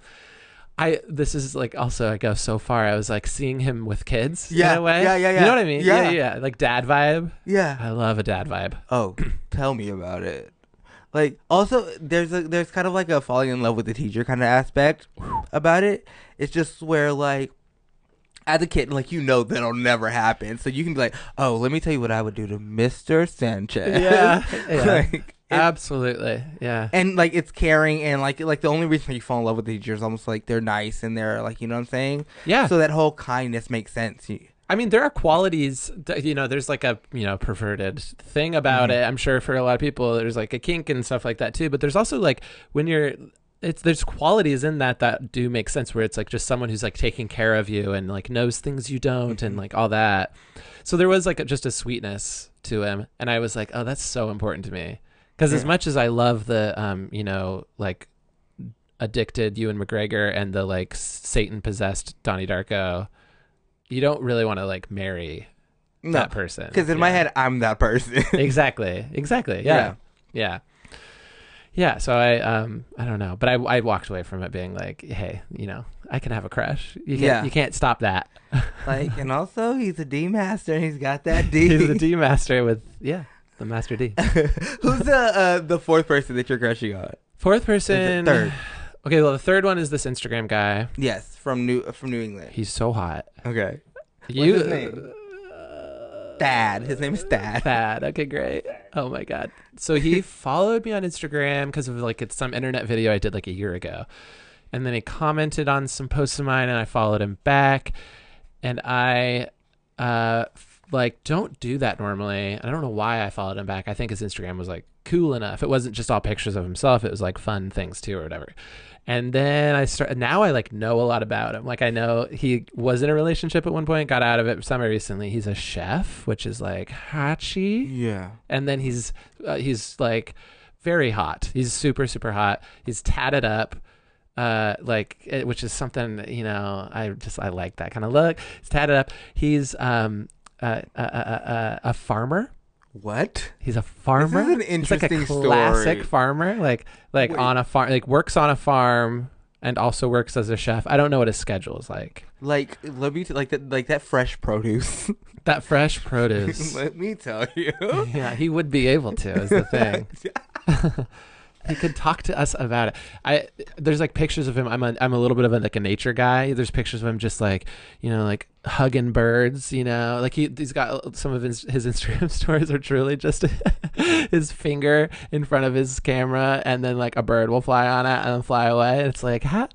I this is like also I go so far. I was like seeing him with kids
Yeah,
in a way.
yeah, yeah,
You
yeah.
know what I mean? Yeah,
Yeah.
yeah, like dad vibe.
Yeah.
I love a dad vibe.
Oh, tell me about it. Like also there's a there's kind of like a falling in love with the teacher kind of aspect about it. It's just where like as a kid, like you know that'll never happen. So you can be like, Oh, let me tell you what I would do to Mr. Sanchez.
Yeah, yeah.
like,
Absolutely. Yeah.
and like it's caring and like like the only reason you fall in love with the teacher is almost like they're nice and they're like you know what I'm saying
Yeah.
so that whole kindness makes sense You-
I mean, there are qualities, that- you know, there's like a, you know, perverted thing about it. I'm sure for a lot of people, there's like a kink and stuff like that too. But there's also like when you're, it's, there's qualities in that that do make sense where it's like just someone who's like taking care of you and like knows things you don't and like all that. So there was like a, just a sweetness to him. And I was like, oh, that's so important to me. Cause as much as I love the, um, you know, like addicted Ewan McGregor and the like Satan possessed Donnie Darko, you don't really want to like marry that person
because in
Yeah.
my head I'm that person
exactly, exactly, yeah. yeah, yeah. So I, um, I don't know, but I, I walked away from it being like, hey, you know, I can have a crush. You can't,
Yeah.
you can't stop that.
like and also he's a D master and he's got that D
He's a D master with yeah, the master D.
who's the uh, the fourth person that you're crushing on
Fourth
Is
person,
it third
Okay, well, the third one is this Instagram guy.
yes from New uh, from New England
He's so hot.
okay
you uh,
his name? Thad his name is Thad
Thad. Okay, great. Oh my god. So he followed me on Instagram because of like it's some internet video I did like a year ago, and then he commented on some posts of mine, and I followed him back, and I, uh, f- like don't do that normally. I don't know why I followed him back. I think his Instagram was like cool enough. It wasn't just all pictures of himself. It was like fun things too or whatever. And then I start now I like know a lot about him. Like I know he was in a relationship at one point, got out of it semi recently. He's a chef, which is like hachi
yeah
and then he's uh, he's like very hot. He's super super hot. He's tatted up. Uh, like eh, which is something you know I just I like that kind of look. He's tatted up. He's um uh, a, a, a, a farmer.
what
He's a farmer.
an
He's like a
interesting story.
classic farmer, like like on a farm, like works on a farm and also works as a chef. I don't know what his schedule is like.
like let me t- like that like that fresh produce
That fresh produce.
let me tell you
yeah, he would be able to is the thing. he could talk to us about it. I there's like pictures of him. I'm a, I'm a little bit of a, like a nature guy. There's pictures of him just like you know like hugging birds. You know, like he he's got some of his his Instagram stories are truly just his finger in front of his camera, and then like a bird will fly on it and then fly away. It's like how.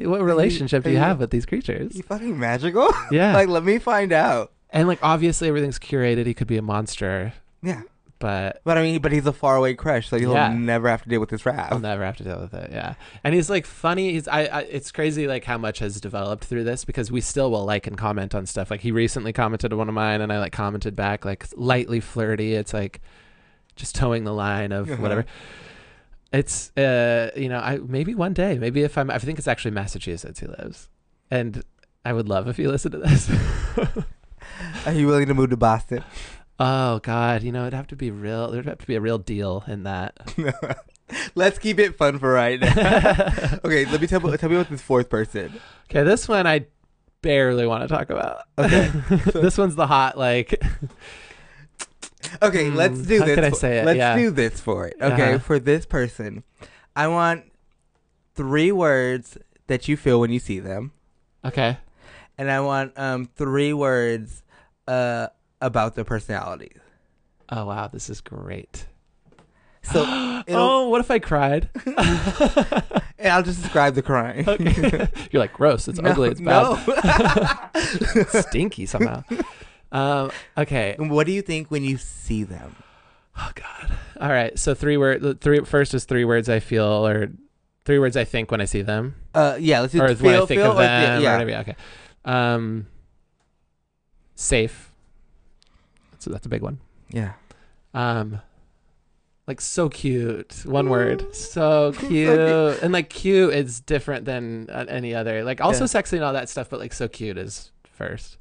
What relationship do you
are you-
have with these creatures?
you fucking magical
Yeah.
like let me find out
And like obviously everything's curated. He could be a monster,
yeah
but
But I mean, but he's a faraway crush, so he'll
Yeah.
never have to deal with this rap.
I'll never have to deal with it. Yeah, and he's like funny. He's I, I. It's crazy like how much has developed through this because we still will like and comment on stuff. Like he recently commented on one of mine, and I like commented back like lightly flirty. It's like just towing the line of
Uh-huh.
whatever. It's uh you know I maybe one day maybe if I'm I think it's actually Massachusetts he lives, and I would love if you listen to this.
Are you willing to move to Boston?
oh God, you know it'd have to be real. There'd have to be a real deal in that.
Let's keep it fun for right now. okay, let me tell, tell me about this fourth person.
Okay, this one I barely want to talk about.
Okay.
this one's the hot like
Okay,
Hmm,
let's do
how
this.
could I
for-
say it?
Let's
Yeah.
do this for it. Okay,
Uh-huh.
for this person, I want three words that you feel when you see them,
okay
and I want um three words uh about their personality.
oh wow this is great
So it'll,
oh what if i cried
and I'll just describe the crying.
okay you're like gross it's ugly it's bad
No.
it's stinky somehow um okay
what do you think when you see them?
oh god all right so three word three first is three words i feel or three words i think when i see them
Uh, yeah, let's do
or
feel,
when i think
feel,
of
or feel-
them or
yeah.
whatever yeah, okay um safe so that's a big one
yeah.
um like so cute one word so cute and like cute is different than uh, any other like also
Yeah.
sexy and all that stuff but like so cute is first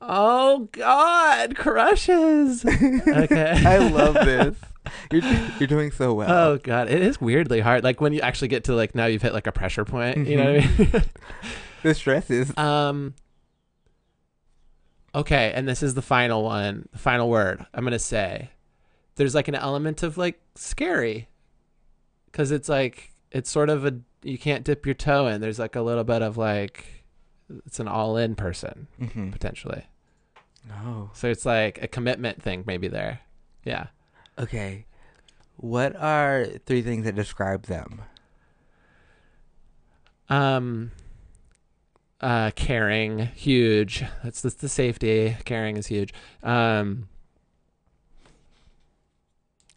oh god crushes okay
I love this. You're, you're doing so well.
oh god it is weirdly hard like when you actually get to like now you've hit like a pressure point you know
Mm-hmm.
what i mean
the stress is
Um. Okay, and this is the final one, the final word I'm gonna say. There's like an element of like scary, because it's like it's sort of a you can't dip your toe in. There's like a little bit of like it's an all-in person
Mm-hmm.
potentially.
no.
So it's like a commitment thing maybe there. Yeah.
Okay. What are three things that describe them?
Um, uh, caring, huge. That's that's the safety. Caring is huge. Um,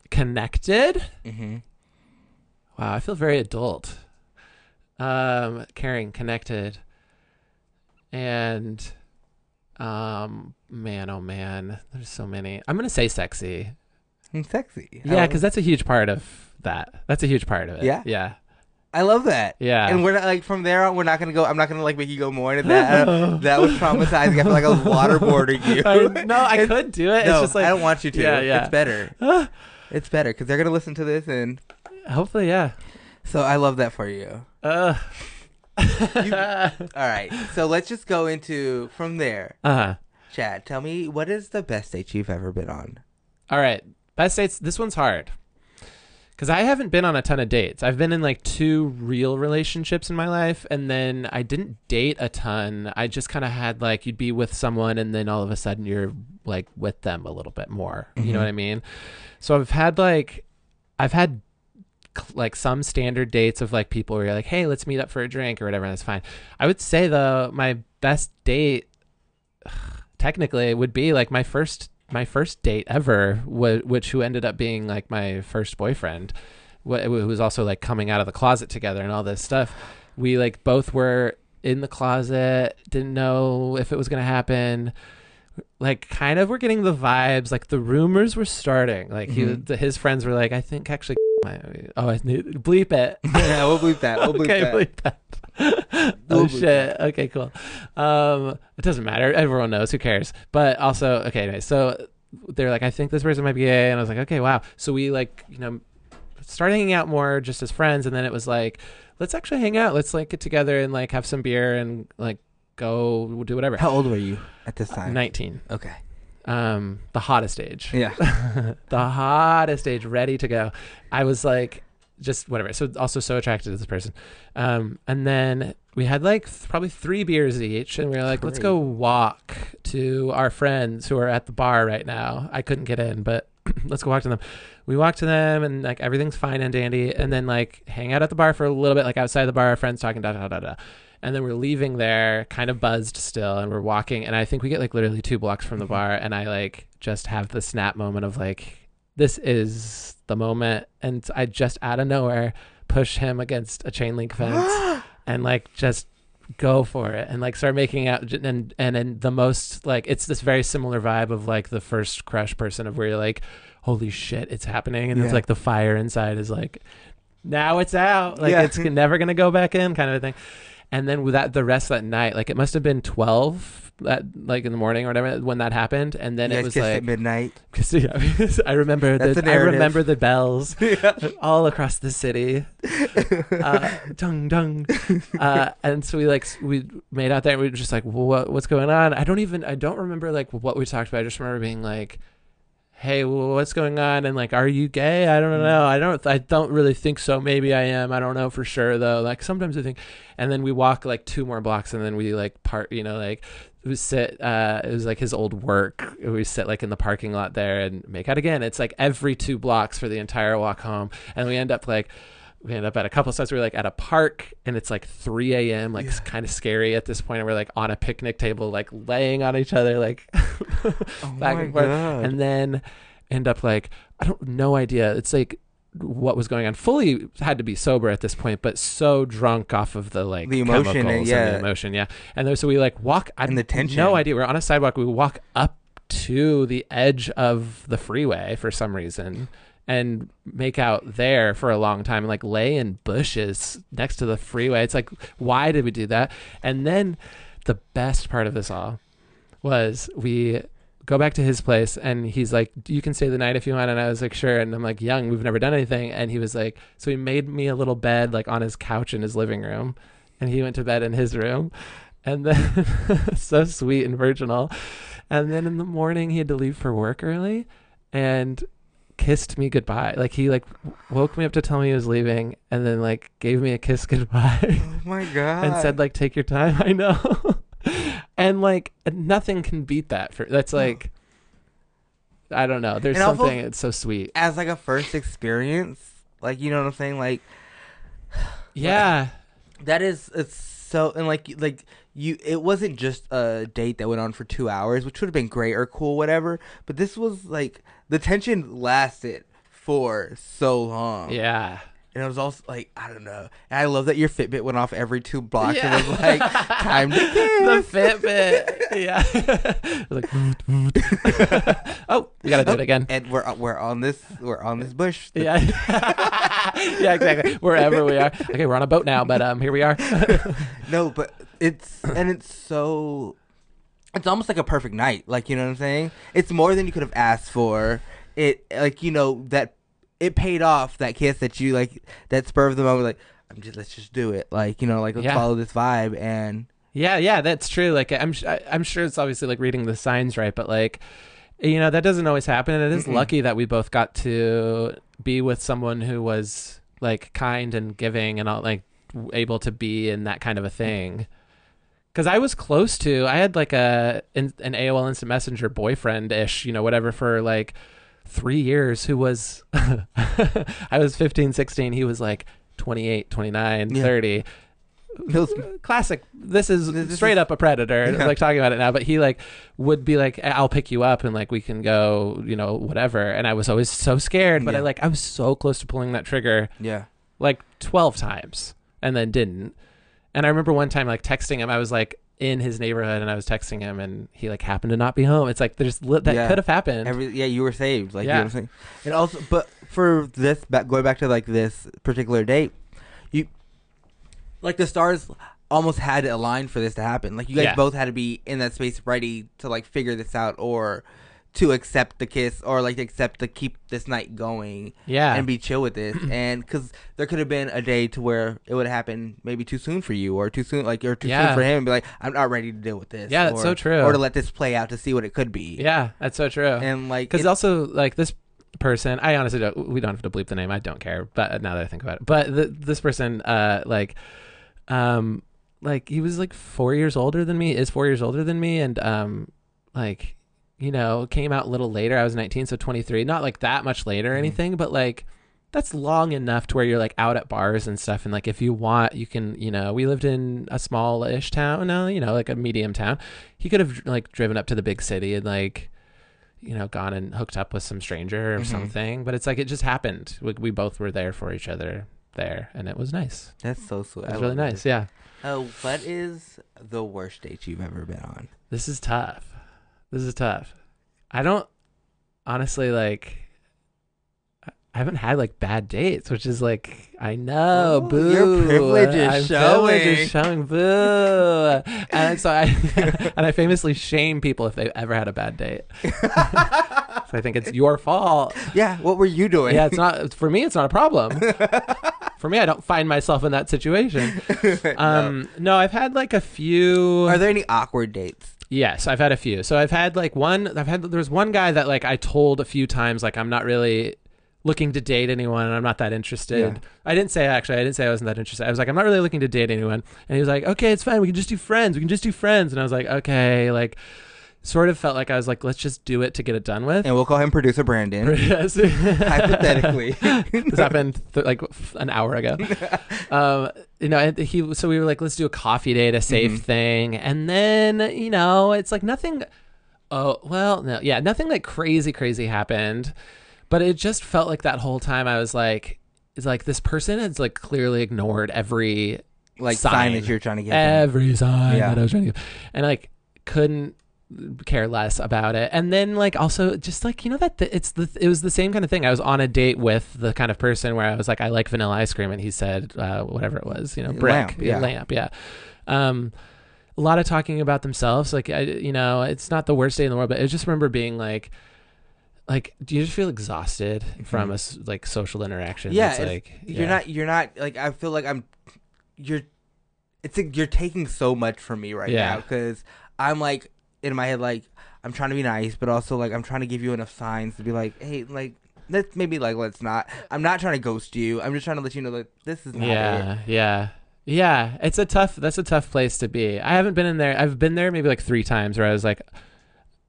connected. Mm-hmm.
Mhm.
Wow, I feel very adult. Um, caring, connected, and um, man, oh man, there's so many. I'm gonna say sexy.
Mm, sexy. I
Yeah,
love-
because that's a huge part of that. That's a huge part of it.
Yeah?
yeah.
I love that.
Yeah.
And we're not like from there on. We're not gonna go. I'm not gonna like make you go more into that. I- that was traumatizing. I feel like I was waterboarding you.
I- no, I could do it. It's
No,
just like-
I don't want you to.
Yeah, yeah.
It's better. it's better because they're gonna listen to this, and
Hopefully, yeah.
so I love that for you.
Uh.
All right. So let's just go into from there.
Uh-huh.
Chad, tell me what is the best date you've ever been on?
All right. Best dates. This one's hard. Because I haven't been on a ton of dates. I've been in like two real relationships in my life. And then I didn't date a ton. I just kind of had like, you'd be with someone and then all of a sudden you're like with them a little bit more. You know what I mean? So I've had like, I've had cl- like some standard dates of like people where you're like, hey, let's meet up for a drink or whatever. And that's fine. I would say though, my best date technically it would be like my first my first date ever wh- which who ended up being like my first boyfriend wh- who was also like coming out of the closet together and all this stuff we like both were in the closet didn't know if it was going to happen like kind of were getting the vibes like the rumors were starting like he,
Mm-hmm.
the, his friends were like i think actually my- oh i knew bleep it
yeah, we'll bleep that. We'll bleep
okay,
that.
bleep that. oh
We'll bleep
shit. Okay, cool. Um, it doesn't matter. Everyone knows. Who cares? But also, okay. Anyway, so they're like, I think this person might be gay, and I was like, okay, wow. So we like, you know, started hanging out more just as friends, and then it was like, let's actually hang out. Let's like get together and like have some beer and like go do whatever.
How old were you at
Uh,
this time?
Nineteen.
Okay.
Um, the hottest age
Yeah.
the hottest age, ready to go. I was like, just whatever. So also so attracted to this person. Um, and then we had like th- probably three beers each, and we were like, let let's go walk to our friends who are at the bar right now. I couldn't get in, but let's go walk to them. We walk to them, and like everything's fine and dandy, and then like hang out at the bar for a little bit, like outside the bar, our friends talking, da da da da. And then we're leaving there, kind of buzzed still, and we're walking. And I think we get like literally two blocks from the bar, and I like just have the snap moment of like, this is the moment. And I just out of nowhere push him against a chain link fence and like just go for it and like start making out j- and and and the most like it's this very similar vibe of like the first crush person of where you're like holy shit it's happening and it's
Yeah.
like the fire inside is like now it's out like
Yeah.
it's never gonna go back in kind of a thing and then with that the rest of that night like it must have been 12 that like in the morning or whatever when that happened and then
you
it
guys
was
kissed at
like
midnight.
because yeah, because I remember
That's
the
the
I
narrative.
remember the bells
Oh
all across the city, uh, dung dung, uh, and so we like s- we made out there. and We were just like, what what's going on? I don't even I don't remember like what we talked about. I just remember being like, hey, well, what's going on? And like, are you gay? I don't know. I don't I don't really think so. Maybe I am. I don't know for sure though. Like sometimes I think, and then we walk like two more blocks, and then we like part. You know like we sit uh it was like his old work we sit like in the parking lot there and make out again it's like every two blocks for the entire walk home and we end up like we end up at a couple stops we're like at a park and it's like 3 a.m like it's kind of scary at this point and we're like on a picnic table like laying on each other like back
Oh my
and forth
God.
and then end up like i don't no idea it's like what was going on fully had to be sober at this point but so drunk off of the like
The emotion,
chemicals and
yeah.
the emotion yeah and there, so we like walk i
And the tension.
no idea. We're on a sidewalk. We walk up to the edge of the freeway for some reason and make out there for a long time and like lay in bushes next to the freeway. It's like, why did we do that? And then the best part of this all was we go back to his place and he's like you can stay the night if you want and i was like sure and i'm like young we've never done anything and he was like so he made me a little bed like on his couch in his living room and he went to bed in his room and then so sweet and virginal and then in the morning he had to leave for work early and kissed me goodbye like he like woke me up to tell me he was leaving and then like gave me a kiss goodbye
Oh my god.
and said like take your time i know and like nothing can beat that for that's like I don't know. There's
And also-
something. It's so sweet.
as like a first experience. Like you know what I'm saying? Like
Yeah.
that is it's so and like you- like you it wasn't just a date that went on for 2 hours, which would have been great or cool whatever, but this was like the tension lasted for so long.
Yeah.
And it was also like, I don't know. And I love that your Fitbit went off every two blocks
Yeah.
and was like, time to
The
kiss.
Fitbit. yeah. It was like, voot, voot. oh, we gotta do it again.
And we're we're on this we're on this bush.
Yeah. yeah, exactly. Wherever we are. Okay, we're on a boat now, but um, here we are.
No, but it's and it's so it's almost like a perfect night, like you know what I'm saying? It's more than you could have asked for. It like you know that it paid off that kiss that you like that spur of the moment like I'm just let's just do it. Like, you know, like let's
Yeah.
follow this vibe and
yeah, yeah, that's true. Like, I'm, su- I- I'm sure it's obviously like reading the signs right, but like, you know, that doesn't always happen. And it is lucky that we both got to be with someone who was like kind and giving and all like w- able to be in that kind of a thing. Cause I was close to, I had like a, in, an AOL instant messenger boyfriend ish, you know, whatever for like three years who was i was 15 16 he was like 28 29
Yeah.
30
Feels-
classic this is
This is-
straight up a predator
Yeah.
like talking about it now but he like would be like "I- i'll pick you up and like we can go you know whatever and i was always so scared but i
Yeah.
like i was so close to pulling that trigger
Yeah.
like 12 times and then didn't and i remember one time like texting him i was like in his neighborhood and i was texting him and he like happened to not be home it's like there's li- that
Yeah.
could have happened
Every yeah, you were saved. Like you
Yeah.
know what I'm saying. And also, but for this, back, going back to like this particular date, you like the stars almost had to align for this to happen. Like you guys
Yeah.
both had to be in that space ready to like figure this out or to accept the kiss or like accept to keep this night going
Yeah.
and be chill with this and because there could have been a day to where it would happen maybe too soon for you or too soon like or too soon
Yeah.
for him and be like i'm not ready to deal with this
Yeah, that's
or-
so true.
or to let this play out to see what it could be
yeah that's so true
and like
because
it-
also like this person i honestly don't we don't have to bleep the name i don't care but now that i think about it but th- this person uh like um like he was like four years older than me is four years older than me and um like you know came out a little later i was 19 so 23 not like that much later
Mm-hmm.
or anything but like that's long enough to where you're like out at bars and stuff and like if you want you can you know we lived in a small-ish town no you know like a medium town he could have like driven up to the big city and like you know gone and hooked up with some stranger
Mm-hmm.
or something but it's like it just happened we, we both were there for each other there and it was nice
That's so sweet.
it was
I
really
love
nice yeah
that. Uh, what is the worst date you've ever been on?
This is tough. This is tough. I don't honestly like. I I haven't had like bad dates, which is like I know.
Ooh,
boo.
your privilege is
I'm Privilege is showing. Boo. and so I and I famously shame people if they've ever had a bad date. so I think it's your fault.
Yeah, what were you doing?
Yeah, it's not for me. It's not a problem. for me, I don't find myself in that situation. Um, no. I've had like a few.
Are there any awkward dates?
Yes, I've had a few. So I've had like one. I've had there was one guy that like I told a few times like I'm not really looking to date anyone and I'm not that interested. I didn't say actually. I didn't say I wasn't that interested. I was like I'm not really looking to date anyone. And he was like, okay, it's fine. We can just do friends. We can just do friends. And I was like, okay, like sort of felt like I was like let's just do it to get it done with.
And we'll call him producer Brandon.
Yes.
Hypothetically.
this happened th- like f- an hour ago. um, you know, and he so we were like, let's do a coffee date, a safe thing, and then you know, it's like nothing. Oh well, no, yeah, nothing like crazy, crazy happened, but it just felt like that whole time I was like, it's like this person has like clearly ignored every
Like
sign.
sign that you're trying to get. them.
every sign
Yeah.
that I was trying to, and like couldn't care less about it. And then like also just like you know that th- it's the it was the same kind of thing. I was on a date with the kind of person where I was like I like vanilla ice cream, and he said uh, whatever it was, you know, brick,
Lamp, yeah.
lamp, yeah. Um, a lot of talking about themselves. Like I, you know, it's not the worst day in the world, but I just remember being like. Like, do you just feel exhausted from a s- like social interaction?
Mm-hmm. Yeah,
that's,
it's-
like
you're not. You're not. Like I feel like I'm. You're. It's like you're taking so much from me right
Yeah.
now because I'm like in my head like I'm trying to be nice, but also like I'm trying to give you enough signs to be like, hey, like let's maybe like let's not. I'm not trying to ghost you. I'm just trying to let you know like this is not it.
yeah yeah yeah it's a tough that's a tough place to be i haven't been in there i've been there maybe like three times where i was like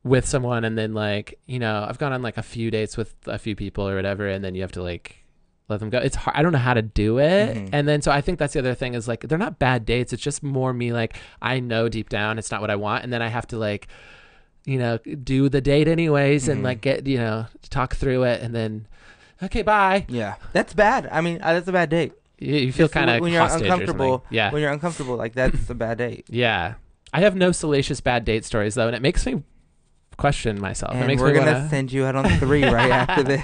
with someone and then like you know i've gone on like a few dates with a few people or whatever and then you have to like let them go it's hard i don't know how to do it
Mm-hmm.
and then so i think that's the other thing is like they're not bad dates it's just more me like i know deep down it's not what i want and then i have to like you know do the date anyways and
Mm-hmm.
like get you know talk through it and then okay bye
Yeah, that's bad. I mean, uh, that's a bad date.
you, you feel
Just
kind of
when you're uncomfortable.
yeah
when you're uncomfortable, like that's a bad date.
yeah i have no salacious bad date stories though and it makes me question myself it
And
makes
we're
me
gonna
wanna-
send you out on three right after this.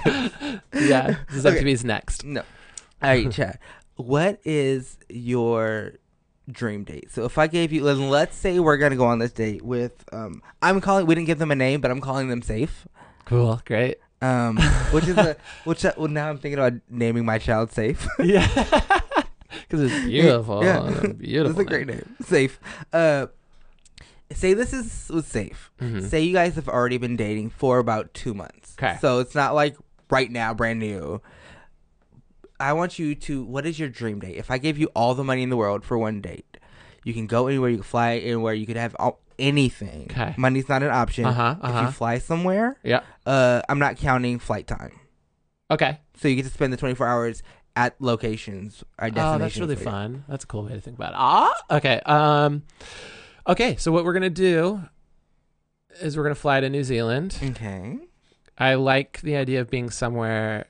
yeah, this is up to
Okay.
me is next.
No. All right, Chad. What is your dream date? So if I gave you, let- let's say we're gonna go on this date with, um, I'm calling. We didn't give them a name, but I'm calling them safe.
Cool, great.
Um, which is a which. uh well, now I'm thinking about naming my child safe.
Yeah, because it's beautiful.
Yeah.
and a beautiful.
That's a great name. Safe. Uh, say this is was safe.
Hmm. Mm-hmm.
Say you guys have already been dating for about two months.
'Kay.
So it's not like right now, brand new. I want you to. What is your dream date? If I gave you all the money in the world for one date, you can go anywhere, you can fly anywhere, you could have all, anything.
'Kay.
Money's not an option.
Uh-huh,
If
uh-huh.
you fly somewhere,
Yeah.
uh, I'm not counting flight time.
Okay.
So you get to spend the 24 hours at locations or destinations.
Oh, that's really
where you-
fun. That's a cool way to think about it. Ah, okay. Um, okay. So what we're gonna do is we're gonna fly to New Zealand.
Okay.
I like the idea of being somewhere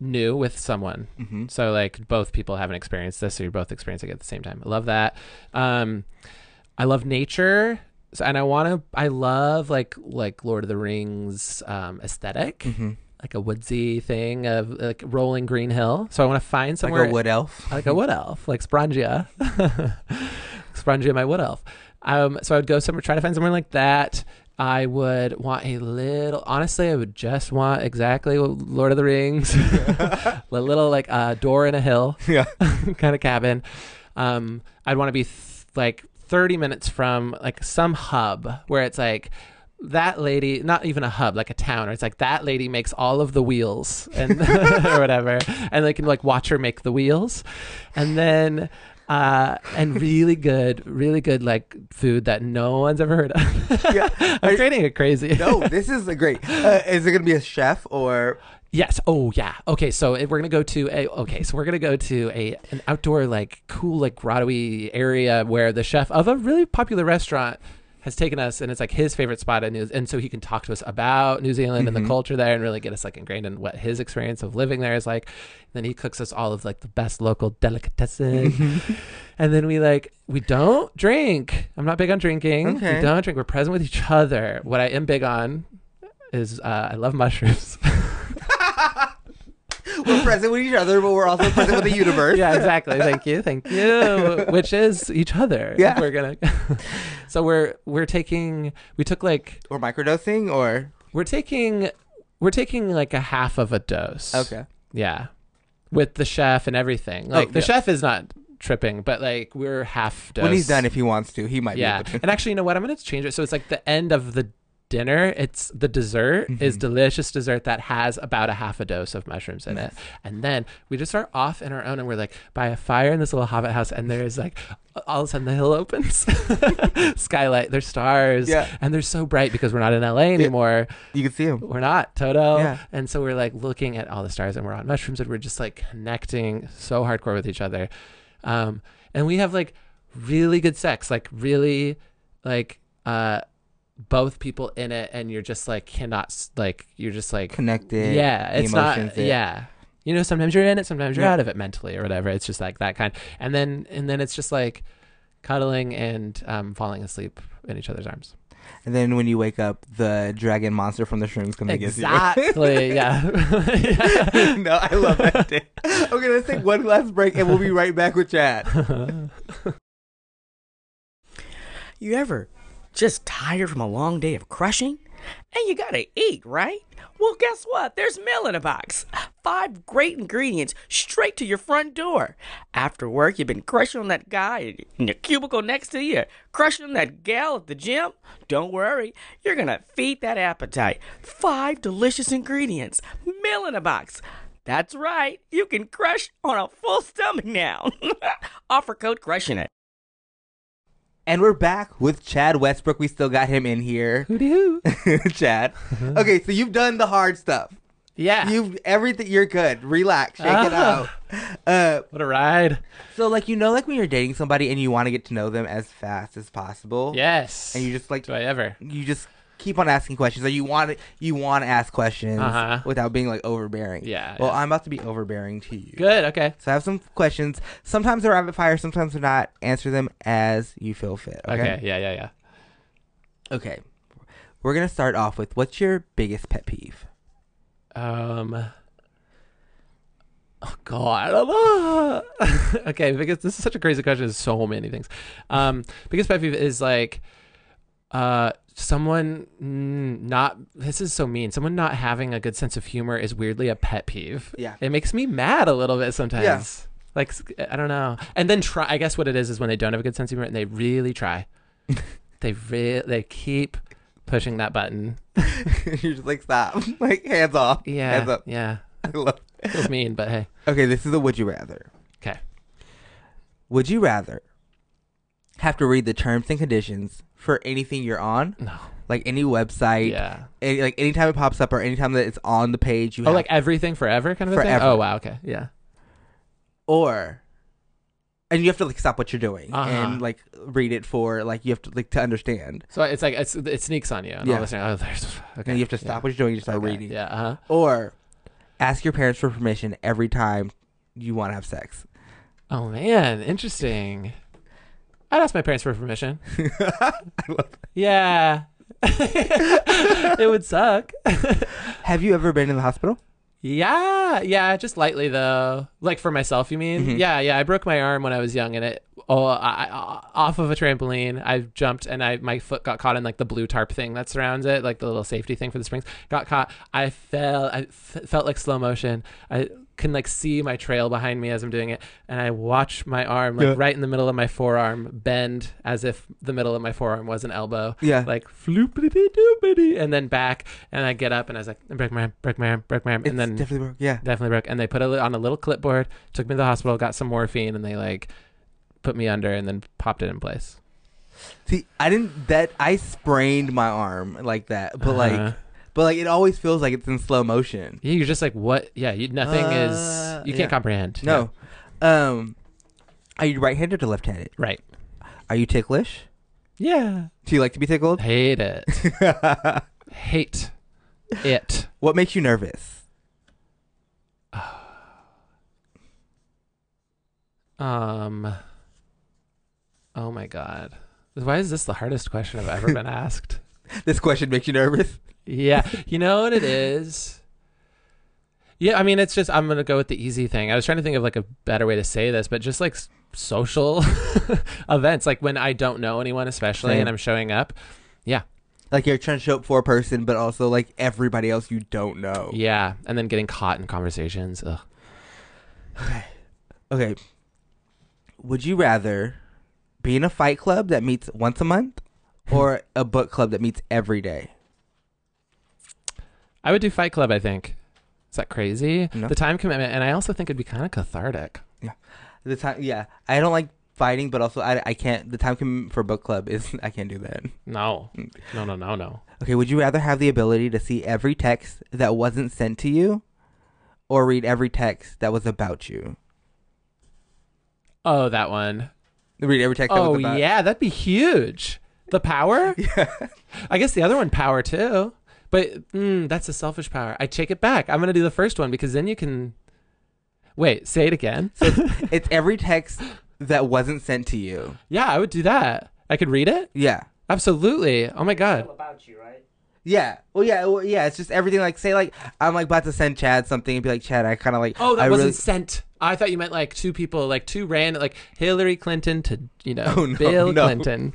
new with someone. So like both people haven't experienced this, so you're both experiencing it at the same time. I love that. Um, I love nature, so, and I want to. I love like like Lord of the Rings um, esthetic
Mm-hmm.
like a woodsy thing of like rolling green hill. So I want to find somewhere
Like a wood elf.
like a wood elf, like Sprangia. Sprangia, my wood elf. Um, so I would go somewhere, try to find somewhere like that. I would want a little, honestly, I would just want exactly what Lord of the Rings, a little like a door in a hill
Yeah.
kind of cabin. Um, I'd want to be th- like 30 minutes from like some hub where it's like that lady, not even a hub, like a town, or it's like that lady makes all of the wheels and or whatever, and they can like watch her make the wheels, and then. Uh, and really good, really good like food that no one's ever heard of.
Yeah.
I'm creating it crazy.
No, this is a great. Uh, is it going to be a chef or
Yes. Oh, yeah. Okay. So if we're gonna go to a. Okay. So we're gonna go to a an outdoor like cool like grottoy area where the chef of a really popular restaurant has taken us, and it's like his favorite spot in New, and so he can talk to us about New Zealand and the culture there, and really get us like ingrained in what his experience of living there is like. Then he cooks us all of like the best local delicatessen, and then we like we don't drink. I'm not big on drinking.
Okay.
We don't drink. We're present with each other. What I am big on is uh, I love mushrooms.
we're present with each other, but we're also present with the universe?
yeah, exactly. Thank you, thank you. Which is each other.
Yeah.
we're gonna. so we're we're taking we took like
Or microdosing or
we're taking we're taking like a half of a dose.
okay. Oh,
Yeah, with the chef and everything. Like the
yeah.
chef is not tripping, but like we're half dose
When he's done, if he wants to, he might.
yeah.
Be able to.
and actually, you know what? I'm going to change it. So it's like the end of the dinner. It's the dessert is
Mm-hmm.
delicious dessert that has about a half a dose of mushrooms in it. And then we just are off in our own and we're like by a fire in this little hobbit house. And there's like all of a sudden the hill opens, skylight, there's stars.
Yeah.
And they're so bright because we're not in LA anymore.
You can see him.
We're not Toto.
Yeah.
And so we're like looking at all the stars and we're on mushrooms and we're just like connecting so hardcore with each other. Um, and we have like really good sex, like really like uh both people in it and you're just like cannot s- like you're just like
Connected.
yeah,
the
it's not
emotions, it-
yeah. You know, sometimes you're in it, sometimes you're
Yeah.
out of it mentally or whatever. It's just like that kind. And then and then it's just like cuddling and um falling asleep in each other's arms.
And then when you wake up, the dragon monster from the shrooms comes and gets
Exactly. yeah.
you. no, I love that day. Okay, let's take one last break, and we'll be right back with Chad.
You ever just tired from a long day of crushing? And you gotta eat, right? Well, guess what? There's meal in a box. Five great ingredients straight to your front door. After work, you've been crushing on that guy in your cubicle next to you, crushing on that gal at the gym. Don't worry, you're gonna feed that appetite. Five delicious ingredients, meal in a box. That's right, you can crush on a full stomach now. Offer code crushing it.
And we're back with Chad Westbrook. We still got him in here. Hootie hoo. Chad. Okay, so you've done the hard stuff.
Yeah.
You've everything you're good. Relax. Shake it out.
Ah.
Uh
What a ride.
Uh-huh. so like you know like when you're dating somebody and you want to get to know them as fast as possible.
Yes.
And you just like
Do I ever?
you just keep on asking questions or you want to you want to ask questions
Uh-huh.
without being like overbearing.
Yeah,
Well,
yeah.
I'm about to be overbearing to you.
Good. Okay.
So I have some questions. Sometimes they're rapid fire, sometimes they're not. Answer them as you feel fit.
Okay.
Okay.
Yeah. Yeah. Yeah.
Okay. We're gonna start off with what's your biggest pet peeve?
Um. Oh God. I don't know. okay, because this is such a crazy question. There's so many things. Um, biggest pet peeve is like, uh, someone mm, not. This is so mean. Someone not having a good sense of humor is weirdly a pet peeve.
Yeah.
It makes me mad a little bit sometimes. Like I don't know. And then try. I guess what it is is when they don't have a good sense of humor and they really try. they re- They keep pushing that button.
you're just like stop, like hands off,
Yeah.
hands up.
Yeah.
I love it.
Feels mean, but hey.
Okay, this is a would you rather.
Okay.
Would you rather have to read the terms and conditions for anything you're on,
No.
like any website,
Yeah.
any, like anytime it pops up or anytime that it's on the page? You
Oh,
have
like everything forever kind of a
Forever.
thing? Oh, wow. Okay. Yeah.
or and you have to like stop what you're doing
Uh-huh.
and like read it for like you have to like to understand
So it's like, it's, it sneaks on you. And
Yeah.
all this, oh, there's, okay.
and you have to stop what you're doing and just
yeah.
start
Okay.
reading
Yeah. Uh-huh.
or ask your parents for permission every time you want to have sex
Oh, man. Interesting. I'd ask my parents for permission. Yeah. it would suck.
have you ever been in the hospital
Yeah, yeah, just lightly though. Like for myself, you
Mm-hmm.
mean? Yeah, yeah. I broke my arm when I was young, and it oh, I, I, off of a trampoline. I jumped, and I my foot got caught in like the blue tarp thing that surrounds it, like the little safety thing for the springs. Got caught. I fell. I f- felt like slow motion. I can like see my trail behind me as I'm doing it, and I watch my arm like
Yeah.
right in the middle of my forearm bend as if the middle of my forearm was an elbow
Yeah.
like floopity doopity, and then back, and I get up and I was like, I broke my arm, broke my arm, broke my arm,
it's
and then
definitely broke yeah
definitely broke. And they put it on a little clipboard, took me to the hospital, got some morphine, and they like put me under and then popped it in place.
see i didn't that i sprained my arm like that but like
Uh-huh.
but like it always feels like it's in slow motion
Yeah, you're just like, what? Yeah, you, nothing
Uh,
is you
yeah.
can't comprehend. Yeah.
no um are you right-handed or left-handed
right?
are you ticklish
Yeah,
do you like to be tickled
hate it, hate it.
What makes you nervous?
Um. Oh my god, why is this the hardest question I've ever been asked?
This question makes you nervous.
Yeah. You know what it is? Yeah, I mean, it's just, I'm going to go with the easy thing. I was trying to think of like a better way to say this, but just like s- social events, like when I don't know anyone, especially,
Same.
and I'm showing up. Yeah.
Like you're trying to show up for a person, but also like everybody else you don't know.
Yeah. And then getting caught in conversations. Ugh.
Okay. Would you rather be in a fight club that meets once a month or a book club that meets every day?
I would do Fight Club, I think. Is that crazy?
No.
The time commitment. And I also think it'd be kind of cathartic.
The time, yeah. I don't like fighting, but also I, I can't. The time commitment for book club is I can't do that.
No.
Mm.
No, no, no, no.
Okay. Would you rather have the ability to see every text that wasn't sent to you, or read every text that was about you?
Oh, that one.
Read every text. that
Oh,
was about
yeah. That'd be huge. The power? I guess the other one, power too. But mm, that's a selfish power. I take it back. I'm gonna do the first one because then you can. Wait, say it again.
It's every text that wasn't sent to you.
yeah, I would do that. I could read it.
Yeah.
Absolutely. Oh my god.
All about you, right?
Yeah. Well, yeah. Well, yeah. It's just everything. Like, say, like I'm like about to send Chad something and be like, Chad, I kind of like.
Oh, that
I
wasn't
really-
sent. I thought you meant like two people, like two random, like Hillary Clinton to you know
Oh, no,
Bill
no.
Clinton.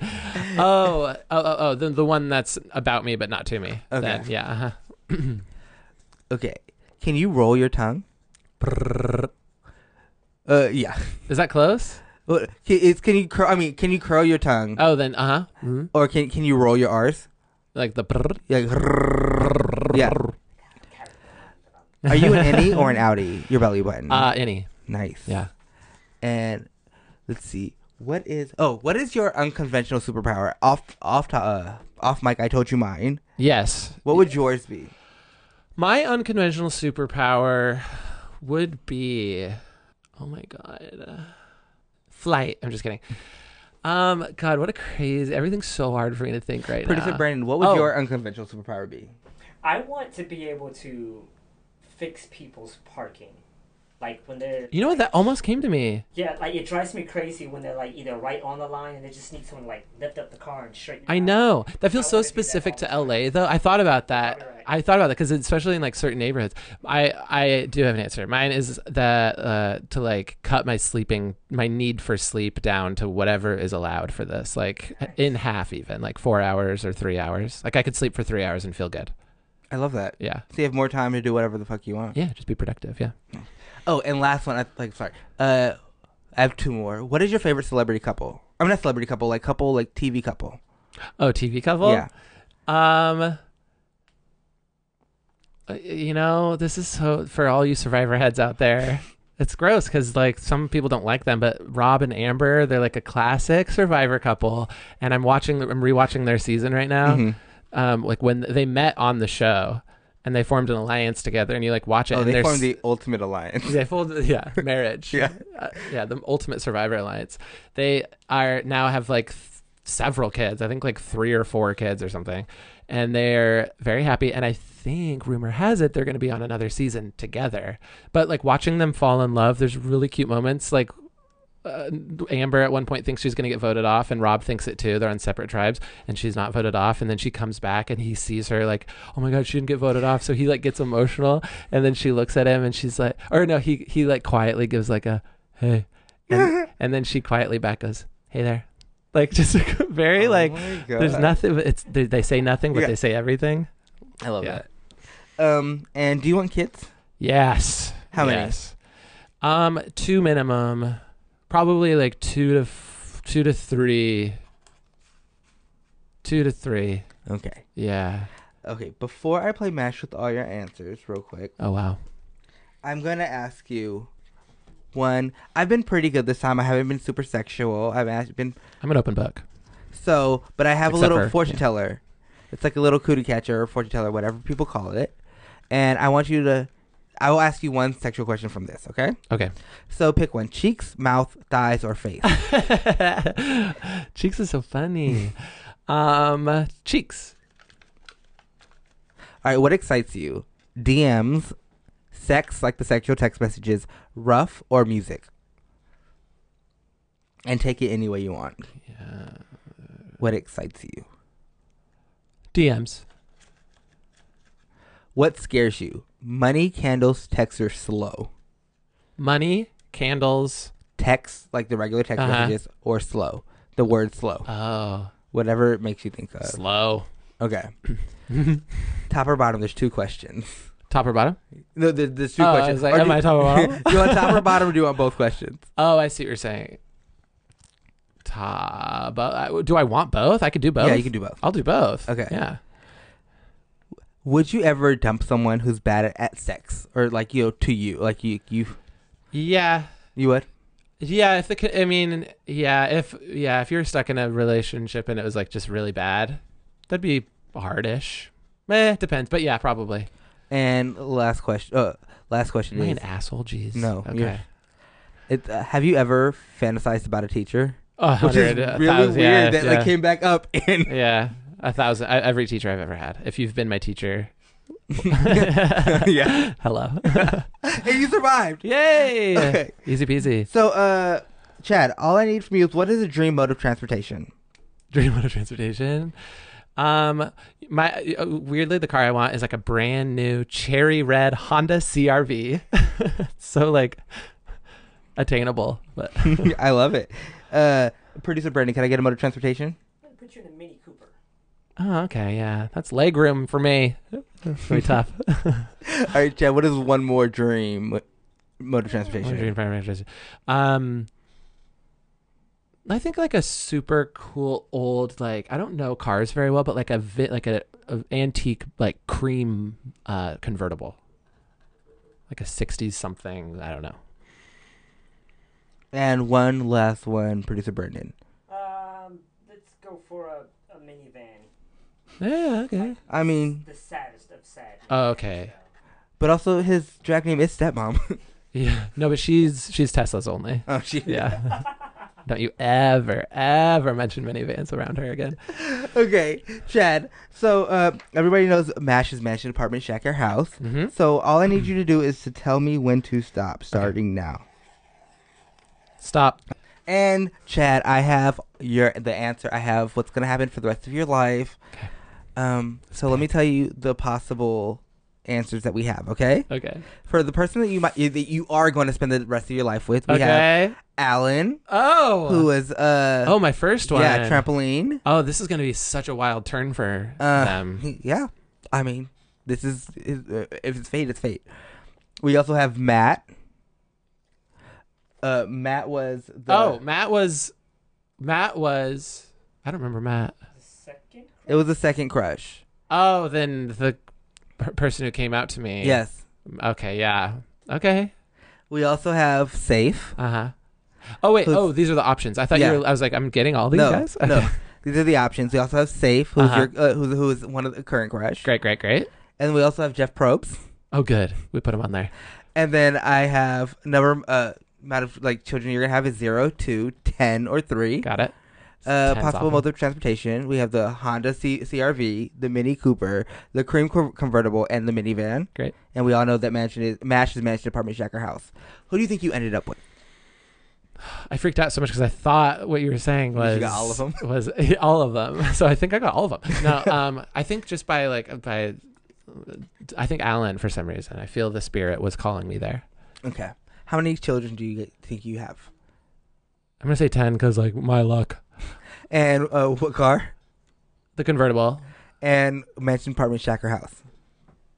Oh, oh, oh, oh, the the one that's about me but not to me.
Okay.
Then, yeah. uh-huh.
Okay. Can you roll your tongue? Uh, yeah.
Is that close?
Well, can- It's can you curl? I mean, can you curl your tongue,
Oh, then uh huh. hmm
or can can you roll your R's?
Like the. brrr.
Like, yeah. Are you an innie or an outie? Your belly button.
Uh, any.
nice.
Yeah.
And let's see. What is oh? What is your unconventional superpower? Off off to, uh, off mic. I told you mine.
Yes.
What would yours be?
My unconventional superpower would be oh my god. Flight. I'm just kidding. Um god, what a crazy. Everything's so hard for me to think right now.
Producer Brandon, what would
Oh,
your unconventional superpower be?
I want to be able to fix people's parking. Like when they're
You know what that almost came to me.
yeah, like it drives me crazy when they're like either right on the line and they just need someone to like lift up the car and straighten. it
I
out.
know. That feels
I
so
wanna do that
specific
all the
to
time.
LA though. I thought about that.
Probably right.
I thought about that cuz especially in like certain neighborhoods. I I do have an answer. Mine is that uh to like cut my sleeping my need for sleep down to whatever is allowed for this. Like in half even, like 4 hours or 3 hours. Like I could sleep for 3 hours and feel good.
I love that.
Yeah.
So you have more time to do whatever the fuck you want.
Yeah, just be productive, yeah.
Oh, and last one. I like sorry. Uh, I have two more. What is your favorite celebrity couple? I'm mean, not celebrity couple. Like couple, like TV couple.
Oh, TV couple?
yeah.
Um, uh, you know, this is so for all you survivor heads out there. It's gross because like some people don't like them, but Rob and Amber, they're like a classic survivor couple. And I'm watching, I'm rewatching their season right now.
Mm-hmm.
Um, like when they met on the show and they formed an alliance together, and you like watch it.
Oh,
and
they
they're
formed
s-
the ultimate alliance.
they fold, yeah, marriage.
Yeah.
Uh, yeah, the ultimate survivor alliance. They are now have like th- several kids. I think like three or four kids or something, and they're very happy. And I think rumor has it they're going to be on another season together. But like watching them fall in love, there's really cute moments. Like uh, Amber at one point thinks she's going to get voted off, and Rob thinks it too. They're on separate tribes, and she's not voted off. And then she comes back, and he sees her like, "Oh my god, she didn't get voted off." So he like gets emotional, and then she looks at him, and she's like, "Or no, he he like quietly gives like a hey," and, and then she quietly back goes, "Hey there," like just very
Oh
like
my
there's
God.
nothing. but It's they, they say nothing, but
Yeah.
they say everything.
I love
Yeah.
that. Um, and do you want kids?
Yes.
How many?
Yes. Um, two minimum, probably like two to f- two to three. Two to three.
Okay.
Yeah.
Okay. Before I play match with all your answers, real quick,
Oh wow.
I'm gonna ask you. One, I've been pretty good this time. I haven't been super sexual. I've asked- been
I'm an open book.
So, but I have
Except
a little
for-
fortune
yeah.
teller. It's like a little cootie catcher or fortune teller, whatever people call it. And I want you to, I will ask you one sexual question from this, okay?
Okay.
So pick one cheeks, mouth, thighs, or face.
cheeks is so funny. um, cheeks.
All right, what excites you? DMs, sex, like the sexual text messages, rough, or music? And take it any way you want.
Yeah.
What excites you?
DMs.
What scares you? Money, candles, text, or slow?
Money. Candles.
Text, like the regular text
Uh-huh.
messages, or slow? The word slow.
Oh,
Whatever it makes you think of.
slow.
Okay. top or bottom? There's two questions.
Top or bottom?
No, there, there's two
Oh, I
questions.
was like,
Or
am
do-
I top or bottom?
do you want top or bottom, or do you want both questions?
Oh, I see what you're saying. Top. uh, Do I want both? I could do both.
Yeah, you can do both.
I'll do both.
Okay.
Yeah.
Would you ever dump someone who's bad at, at sex, or like you know, to you, like you, you,
Yeah.
you would?
Yeah. If the, co- I mean, yeah. If yeah, if you're stuck in a relationship and it was like just really bad, that'd be hardish. Eh, depends. But yeah, probably.
And last question. Uh, last question
Am I
is:
an asshole? Jeez.
No,
Okay.
you're- it, uh, Have you ever fantasized about a teacher?
A
Which is
hundred, a
really
thousand, yeah,
weird that
yeah.
like came back up in
yeah. A thousand. I, every teacher I've ever had. If you've been my teacher.
Yeah.
Hello.
and you survived.
Yay.
Okay.
Easy peasy.
So, uh, Chad, all I need from you is what is a dream mode of transportation?
dream auto transportation. Um, my uh, weirdly, the car I want is like a brand new cherry red Honda CRV. so like attainable, but
I love it. Uh, producer Brandon, can I get a mode of transportation?
I'm gonna put you in a Mini Cooper.
oh, okay, yeah, that's leg room for me. It's gonna be tough.
All right, Chad. What is one more dream mo- mode of
One
transportation?
dream for my transportation. Um, I think like a super cool old like I don't know cars very well, but like a vi- like a, a antique like cream uh convertible, like a '60s something. I don't know.
And one last one, producer Brendan.
Um, let's go for a, a minivan.
Yeah, okay.
I
Mm.
mean,
The saddest of sad.
Oh, okay.
but also his drag name is Stepmom.
Yeah. No, but she's she's Tesla's only.
oh, she.
Yeah. Don't you ever, ever mention minivans around her again.
okay, Chad. So uh, everybody knows Mash's mansion, apartment, shack, or house.
Mm-hmm.
So all I need you to do is to tell me when to stop, starting now.
Stop.
And Chad, I have your the answer. I have what's gonna happen for the rest of your life. Um, so let me tell you the possible answers that we have. Okay,
Okay.
for the person that you might that you are going to spend the rest of your life with, we have
Okay.
Alan,
Oh.
who is uh
oh, my first one.
yeah trampoline.
Oh, this is going to be such a wild turn for
Uh,
them.
he- yeah, I mean this is is- uh, if it's fate, it's fate. We also have Matt. Uh, Matt was the
oh, Matt was. Matt was. I don't remember Matt.
The second?
it was a second crush.
Oh, then the per- person who came out to me.
Yes.
Okay. Yeah. Okay.
We also have safe.
Uh huh. Oh wait.
Who's-
oh, these are the options. I thought
Yeah.
you were. I was like, I'm getting all these
No,
guys.
no, these are the options. We also have safe, who's
Uh-huh.
your uh, who's who is one of the current crush,
Great. Great. Great.
and we also have Jeff Probst,
Oh, good. We put him on there.
and then I have number uh amount of like children you're gonna have is zero, two, ten, or three.
Got it.
Uh,
Ten's
possible
awful.
mode of transportation. We have the Honda C- CRV, the Mini Cooper, the cream co- convertible, and the minivan.
Great.
And we all know that mansion is Mash is mansion apartment shack or house. Who do you think you ended up with?
I freaked out so much because I thought what you were saying was
You got all of 'em?
was all of them. So I think I got all of them. No, um, I think just by like by, uh, I think Alan for some reason I feel the spirit was calling me there.
Okay. How many children do you get- think you have?
I'm gonna say ten because like my luck.
And uh, what car?
The convertible
and mansion apartment shack or house.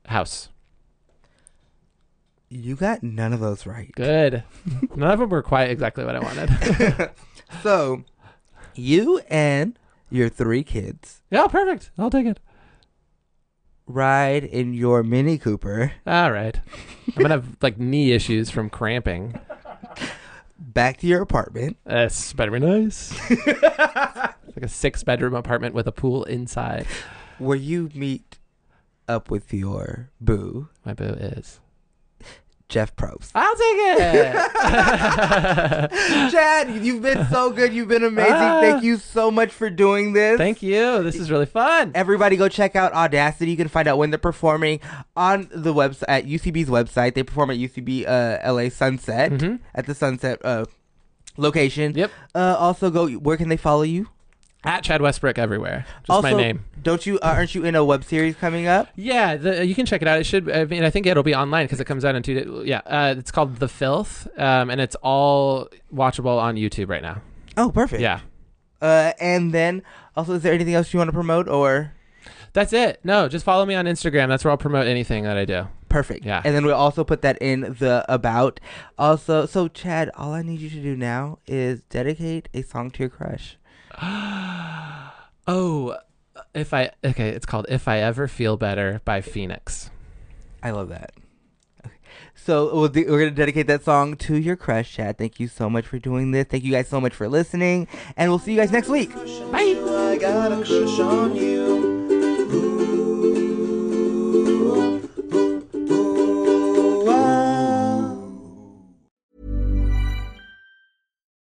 house.
You got none of those right.
Good. None of them were quite exactly what I wanted.
So, you and your three kids
yeah, perfect. I'll take it.
ride in your Mini Cooper
All right. I'm gonna have like knee issues from cramping.
back to your apartment.
That's better be nice. it's like a six bedroom apartment with a pool inside.
where you meet up with your boo,
My boo is.
Jeff Probst.
I'll take it.
Chad, you've been so good. You've been amazing. Thank you so much for doing this.
Thank you. This is really fun.
Everybody go check out Audacity. You can find out when they're performing on the website at UCB's website. They perform at UCB uh, LA Sunset at the Sunset uh, location.
Mm-hmm. Yep.
Uh, also go where can they follow you?
At Chad Westbrook everywhere. Just
also,
my name.
Don't you uh, aren't you in a web series coming up?
Yeah, the, you can check it out. It should. I mean, I think it'll be online because it comes out in two. days. Yeah, uh, it's called The Filth, um, and it's all watchable on YouTube right now.
Oh, perfect.
Yeah,
Uh, and then also is there anything else you want to promote or
that's it. No, just follow me on Instagram. That's where I'll promote anything that I do.
Perfect.
Yeah.
And then we'll also put that in the about. Also, so Chad, all I need you to do now is dedicate a song to your crush.
Oh, if I okay, it's called "If I Ever Feel Better" by Phoenix.
I love that. Okay. So we'll do, we're gonna dedicate that song to your crush, Chad. Thank you so much for doing this. Thank you guys so much for listening, and we'll see you guys next week.
Bye.
I got a crush on you. Ooh, ooh, ooh, ah.